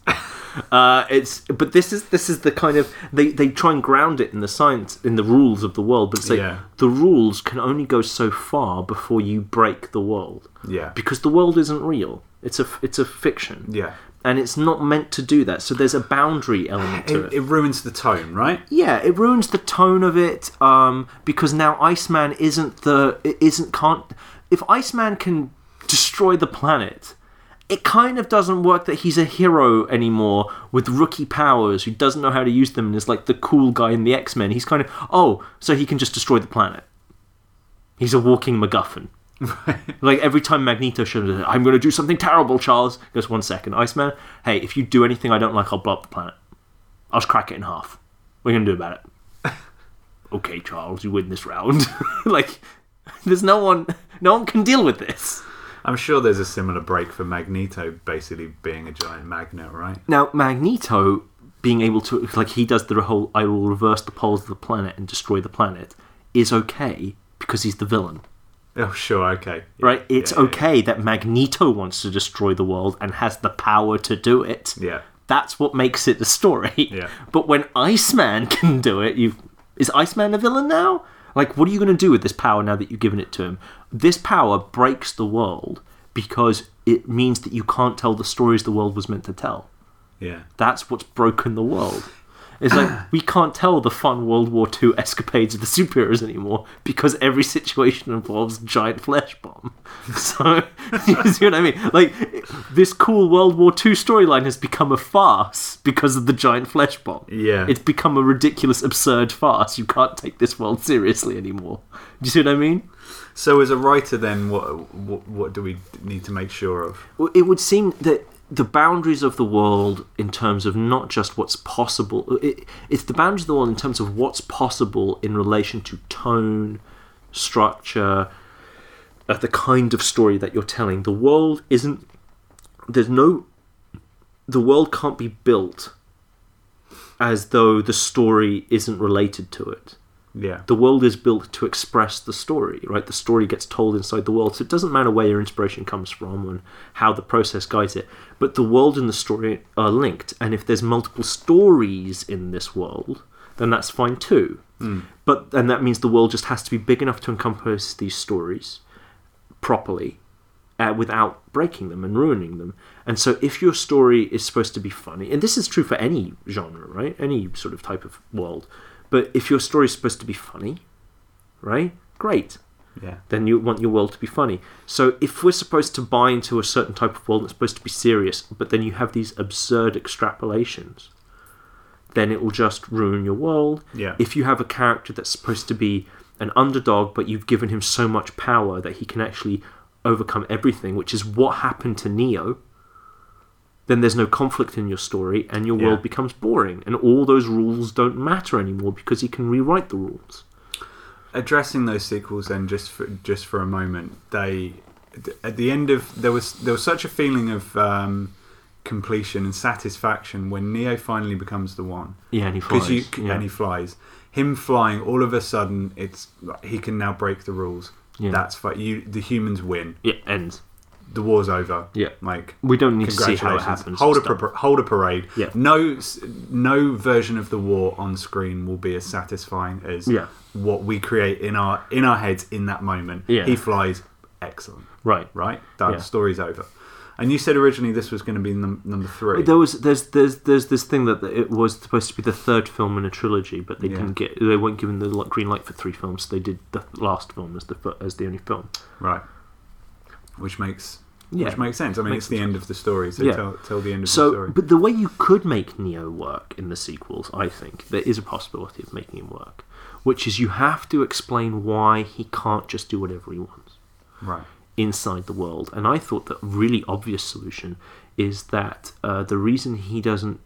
Speaker 1: Uh, it's but this is this is the kind of they they try and ground it in the science in the rules of the world, but it's like
Speaker 2: Yeah.
Speaker 1: the rules can only go so far before you break the world
Speaker 2: Yeah.
Speaker 1: because the world isn't real. It's a it's a fiction.
Speaker 2: Yeah.
Speaker 1: And it's not meant to do that. So there's a boundary element to it.
Speaker 2: It, it ruins the tone, right?
Speaker 1: Yeah, it ruins the tone of it um, because now Iceman isn't the it isn't can't if Iceman can destroy the planet. It kind of doesn't work that he's a hero anymore with rookie powers who doesn't know how to use them and is like the cool guy in the X Men. He's kind of oh, so he can just destroy the planet. He's a walking MacGuffin. Like every time Magneto shows up, I'm going to do something terrible, Charles. He goes one second, Iceman. Hey, if you do anything I don't like, I'll blow up the planet. I'll just crack it in half. What are you gonna do about it? [laughs] okay, Charles, you win this round. [laughs] like, there's no one, no one can deal with this.
Speaker 2: I'm sure there's a similar break for Magneto basically being a giant magnet, right?
Speaker 1: Now, Magneto being able to, like, he does the whole "I will reverse the poles of the planet and destroy the planet" is okay because he's the villain,
Speaker 2: Oh, sure, okay.
Speaker 1: right? It's
Speaker 2: yeah, yeah.
Speaker 1: okay that Magneto wants to destroy the world and has the power to do it.
Speaker 2: Yeah.
Speaker 1: That's what makes it the story.
Speaker 2: Yeah.
Speaker 1: [laughs] But when Iceman [laughs] can do it, you is Iceman a villain now? Like, what are you going to do with this power now that you've given it to him? This power breaks the world because it means that you can't tell the stories the world was meant to tell.
Speaker 2: Yeah.
Speaker 1: That's what's broken the world. It's like we can't tell the fun World War II escapades of the superheroes anymore because every situation involves a giant flesh bomb. [laughs] So you see what I mean? Like this cool World War II storyline has become a farce because of the giant flesh bomb.
Speaker 2: Yeah.
Speaker 1: It's become a ridiculous, absurd farce. You can't take this world seriously anymore. Do you see what I mean?
Speaker 2: So, as a writer, then what, what what do we need to make sure of?
Speaker 1: Well, it would seem that the boundaries of the world in terms of not just what's possible it, it's the boundaries of the world in terms of what's possible in relation to tone structure uh, the kind of story that you're telling the world isn't there's no the world can't be built as though the story isn't related to it
Speaker 2: Yeah.
Speaker 1: the world is built to express the story, right? The story gets told inside the world, so it doesn't matter where your inspiration comes from and how the process guides it. But the world and the story are linked, and if there's multiple stories in this world, then that's fine too. But and that means the world just has to be big enough to encompass these stories properly, uh, without breaking them and ruining them. And so, if your story is supposed to be funny, and this is true for any genre, right? Any sort of type of world. But if your story is supposed to be funny, right? Great.
Speaker 2: Yeah.
Speaker 1: Then you want your world to be funny. So, if we're supposed to buy into a certain type of world that's supposed to be serious, but then you have these absurd extrapolations, then it will just ruin your world.
Speaker 2: Yeah.
Speaker 1: If you have a character that's supposed to be an underdog, but you've given him so much power that he can actually overcome everything, which is what happened to Neo, then there's no conflict in your story and your
Speaker 2: Yeah.
Speaker 1: world becomes boring. And all those rules don't matter anymore because he can rewrite the rules.
Speaker 2: addressing those sequels then just for just for a moment they at the end of there was there was such a feeling of um, completion and satisfaction when neo finally becomes the one
Speaker 1: Yeah, and he
Speaker 2: because
Speaker 1: flies.
Speaker 2: you
Speaker 1: yeah.
Speaker 2: and he flies him flying all of a sudden it's like, he can now break the rules
Speaker 1: Yeah.
Speaker 2: that's fine you the humans win
Speaker 1: yeah, ends.
Speaker 2: the war's over
Speaker 1: Yeah.
Speaker 2: like
Speaker 1: We don't need to see
Speaker 2: Congratulations.
Speaker 1: how it happens.
Speaker 2: Hold a,
Speaker 1: and stuff.
Speaker 2: par- hold a parade.
Speaker 1: Yeah.
Speaker 2: No, s- no version of the war on screen will be as satisfying as
Speaker 1: Yeah.
Speaker 2: what we create in our in our heads in that moment.
Speaker 1: Yeah.
Speaker 2: He flies, excellent.
Speaker 1: Right.
Speaker 2: Right, that
Speaker 1: Yeah.
Speaker 2: story's over. And you said originally this was going to be num- number three.
Speaker 1: There was there's there's there's this thing that it was supposed to be the third film in a trilogy, but they
Speaker 2: Yeah.
Speaker 1: didn't get they weren't given the like, green light for three films. So they did the last film as the fir- as the only film.
Speaker 2: right, which makes
Speaker 1: Yeah.
Speaker 2: which makes sense. I mean,
Speaker 1: Makes
Speaker 2: it's the end of the story, so
Speaker 1: Yeah.
Speaker 2: tell, tell the end of the
Speaker 1: So,
Speaker 2: story.
Speaker 1: but the way you could make Neo work in the sequels, I think there is a possibility of making him work, which is you have to explain why he can't just do whatever he wants.
Speaker 2: Right,
Speaker 1: inside the world. And I thought that really obvious solution is that uh, the reason he doesn't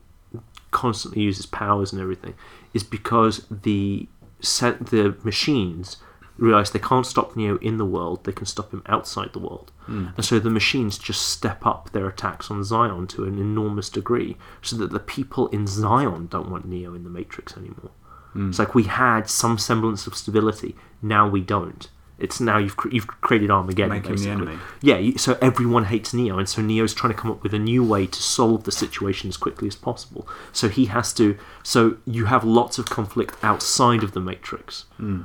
Speaker 1: constantly use his powers and everything is because the set the machines realize they can't stop Neo in the world; they can stop him outside the world. And so the machines just step up their attacks on Zion to an enormous degree, so that the people in Zion don't want Neo in the Matrix anymore. It's like we had some semblance of stability. Now we don't. It's now you've cr- you've created Armageddon.
Speaker 2: Make him the
Speaker 1: basically.
Speaker 2: enemy.
Speaker 1: Yeah. you- So everyone hates Neo, and so Neo's trying to come up with a new way to solve the situation as quickly as possible. So he has to. So you have lots of conflict outside of the Matrix.
Speaker 2: Hmm.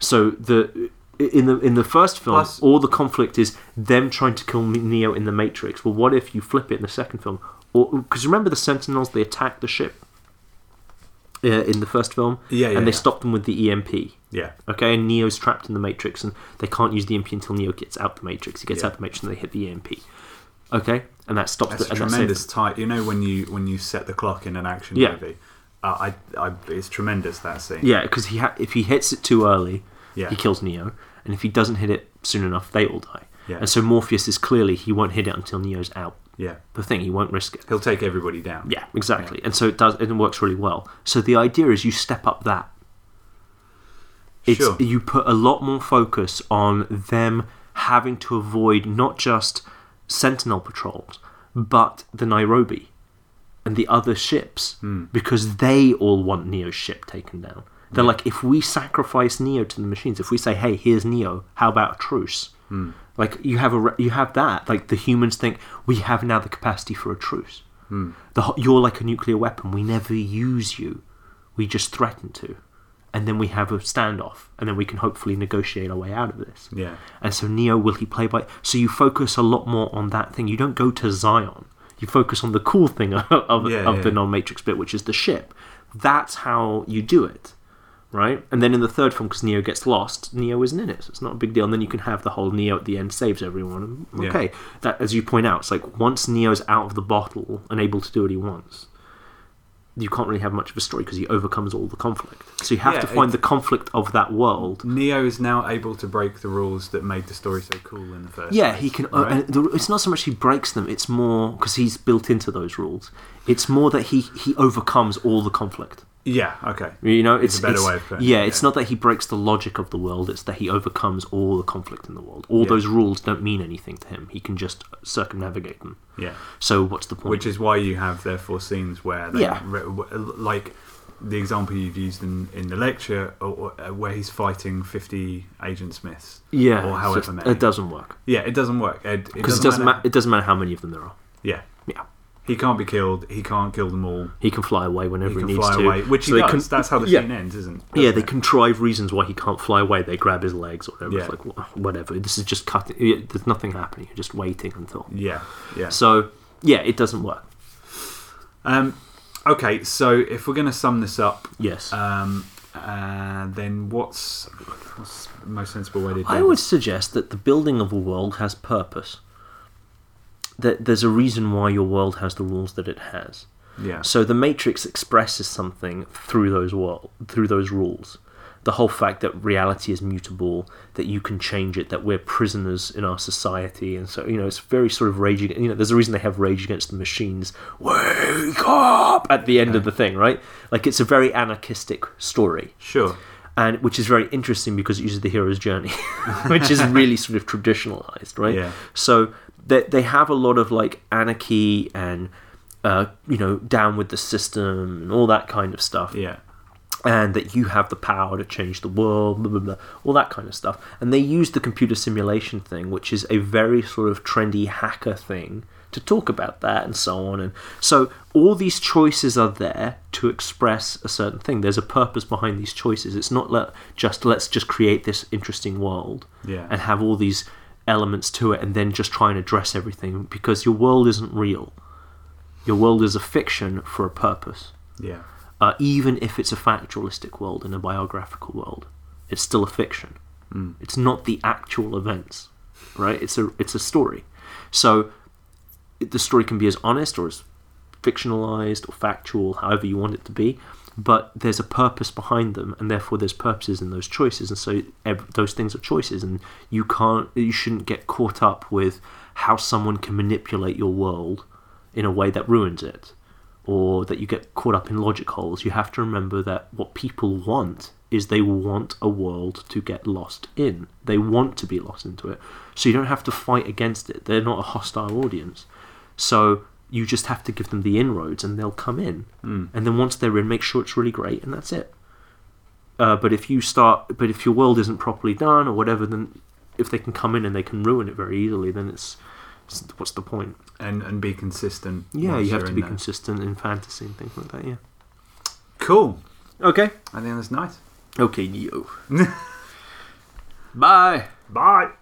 Speaker 1: So the in the in the first film,
Speaker 2: Plus-
Speaker 1: all the conflict is them trying to kill Neo in the Matrix. Well, what if you flip it in the second film? Because remember the Sentinels, they attacked the ship uh, in the first film,
Speaker 2: Yeah, yeah,
Speaker 1: and they
Speaker 2: yeah.
Speaker 1: stopped them with the E EMP.
Speaker 2: yeah,
Speaker 1: Okay, and Neo's trapped in the Matrix, and they can't use the EMP until Neo gets out the Matrix. He gets
Speaker 2: Yeah.
Speaker 1: out the Matrix, and they hit the EMP. Okay, and that stops.
Speaker 2: that's
Speaker 1: the,
Speaker 2: a
Speaker 1: and
Speaker 2: tremendous tight. You know when you when you set the clock in an action
Speaker 1: Yeah.
Speaker 2: movie, uh, I, I it's tremendous that scene.
Speaker 1: Yeah, because he ha- if he hits it too early,
Speaker 2: Yeah.
Speaker 1: he kills Neo, and if he doesn't hit it soon enough, they all die.
Speaker 2: Yeah.
Speaker 1: And so Morpheus is clearly he won't hit it until Neo's out.
Speaker 2: yeah.
Speaker 1: The thing he won't risk it.
Speaker 2: He'll take everybody down.
Speaker 1: Yeah, exactly. And so it does. It works really well. So the idea is you step up that. It's
Speaker 2: Sure.
Speaker 1: you put a lot more focus on them having to avoid not just Sentinel patrols, but the Nairobi and the other ships because they all want Neo's ship taken down. They're like, if we sacrifice Neo to the machines, if we say, "Hey, here's Neo. How about a truce?" Like you have a re- you have that. Like the humans think we have now the capacity for a truce. The, ho- you're like a nuclear weapon. We never use you. We just threaten to, and then we have a standoff, and then we can hopefully negotiate our way out of this.
Speaker 2: Yeah.
Speaker 1: And so Neo will he play by? So you focus a lot more on that thing. You don't go to Zion. You focus on the cool thing [laughs] of, of,
Speaker 2: Yeah,
Speaker 1: of
Speaker 2: yeah.
Speaker 1: the non-Matrix bit, which is the ship. That's how you do it, right? And then in the third film, because Neo gets lost, Neo isn't in it. So it's not a big deal. And then you can have the whole Neo at the end saves everyone.
Speaker 2: Yeah.
Speaker 1: Okay, that as you point out, it's like once Neo's out of the bottle and able to do what he wants, you can't really have much of a story because he overcomes all the conflict. So you have
Speaker 2: Yeah,
Speaker 1: to find the
Speaker 2: it-
Speaker 1: conflict of that world
Speaker 2: Neo is now able to break the rules that made the story so cool in the first.
Speaker 1: Yeah,
Speaker 2: place,
Speaker 1: he can.
Speaker 2: right?
Speaker 1: Uh, and the, it's not so much he breaks them; it's more because he's built into those rules. It's more that he he overcomes all the conflict.
Speaker 2: yeah. Okay.
Speaker 1: You know, it's,
Speaker 2: a better
Speaker 1: it's-
Speaker 2: way of putting it,
Speaker 1: Yeah, it's
Speaker 2: yeah.
Speaker 1: not that he breaks the logic of the world; it's that he overcomes all the conflict in the world. All
Speaker 2: Yeah.
Speaker 1: those rules don't mean anything to him. He can just circumnavigate them.
Speaker 2: Yeah.
Speaker 1: So what's the point?
Speaker 2: Which is why you have therefore scenes where, they,
Speaker 1: Yeah.
Speaker 2: re- w- like the example you've used in, in the lecture, or, or, uh, where he's fighting fifty Agent Smiths.
Speaker 1: yeah,
Speaker 2: Or
Speaker 1: it's
Speaker 2: however
Speaker 1: just-
Speaker 2: many.
Speaker 1: it doesn't work
Speaker 2: Yeah, it doesn't work. It, it
Speaker 1: because
Speaker 2: doesn't,
Speaker 1: it doesn't
Speaker 2: matter.
Speaker 1: matter. it doesn't matter how many of them there are.
Speaker 2: yeah.
Speaker 1: Yeah,
Speaker 2: He can't be killed. He can't kill them all.
Speaker 1: he can fly away whenever
Speaker 2: He
Speaker 1: he,
Speaker 2: can
Speaker 1: needs
Speaker 2: fly
Speaker 1: to.
Speaker 2: away, which
Speaker 1: So
Speaker 2: he
Speaker 1: they
Speaker 2: does.
Speaker 1: can-
Speaker 2: That's how the
Speaker 1: yeah.
Speaker 2: scene ends, isn't?
Speaker 1: Yeah,
Speaker 2: doesn't
Speaker 1: they
Speaker 2: it?
Speaker 1: contrive reasons why he can't fly away. They grab his legs or whatever. It's
Speaker 2: Yeah.
Speaker 1: like wha- whatever. This is just cutting. it- There's nothing happening. You're just waiting until.
Speaker 2: Yeah, yeah.
Speaker 1: So yeah, it doesn't work.
Speaker 2: Um, okay, so if we're going to sum this up,
Speaker 1: Yes,
Speaker 2: um, uh, then what's, what's the most sensible way to do
Speaker 1: I
Speaker 2: this?
Speaker 1: would suggest that the building of a world has purpose. That there's a reason why your world has the rules that it has.
Speaker 2: Yeah,
Speaker 1: So the Matrix expresses something through those world, through those rules. The whole fact that reality is mutable, that you can change it, that we're prisoners in our society, and so you know it's very sort of rage. Ag- You know, there's a reason they have Rage Against the Machines. Wake up at the end of the thing, right? Like it's a very anarchistic story
Speaker 2: sure.
Speaker 1: and which is very interesting because it uses the hero's journey, [laughs] which is really sort of traditionalized, right?
Speaker 2: Yeah.
Speaker 1: So they they have a lot of like anarchy and uh, you know down with the system and all that kind of stuff,
Speaker 2: Yeah,
Speaker 1: and that you have the power to change the world, blah blah blah, all that kind of stuff. And they use the computer simulation thing, which is a very sort of trendy hacker thing to talk about that and so on and so all these choices are there to express a certain thing there's a purpose behind these choices it's not let, just let's just create this interesting world
Speaker 2: Yeah.
Speaker 1: and have all these elements to it and then just try and address everything because your world isn't real your world is a fiction for a purpose
Speaker 2: yeah,
Speaker 1: uh, even if it's a factualistic world and a biographical world, it's still a fiction. It's not the actual events, right? It's a it's a story. So it- the story can be as honest or as fictionalized or factual, however you want it to be. But there's a purpose behind them, and therefore there's purposes in those choices, and so ev- those things are choices, and you can't, you shouldn't get caught up with how someone can manipulate your world in a way that ruins it, or that you get caught up in logic holes. You have to remember that what people want is they want a world to get lost in. They want to be lost into it, so you don't have to fight against it. They're not a hostile audience. So you just have to give them the inroads and they'll come in. Mm. And then once they're in, make sure it's really great and that's it. Uh, but if you start, but if your world isn't properly done or whatever, then if they can come in and they can ruin it very easily, then it's, it's what's the point?
Speaker 2: and and be consistent.
Speaker 1: Yeah,
Speaker 2: once
Speaker 1: you have
Speaker 2: you're
Speaker 1: to
Speaker 2: in
Speaker 1: be
Speaker 2: there.
Speaker 1: consistent in fantasy and things like that. Yeah.
Speaker 2: Cool.
Speaker 1: Okay.
Speaker 2: I think that's nice.
Speaker 1: Okay, Neo. Bye.
Speaker 2: Bye.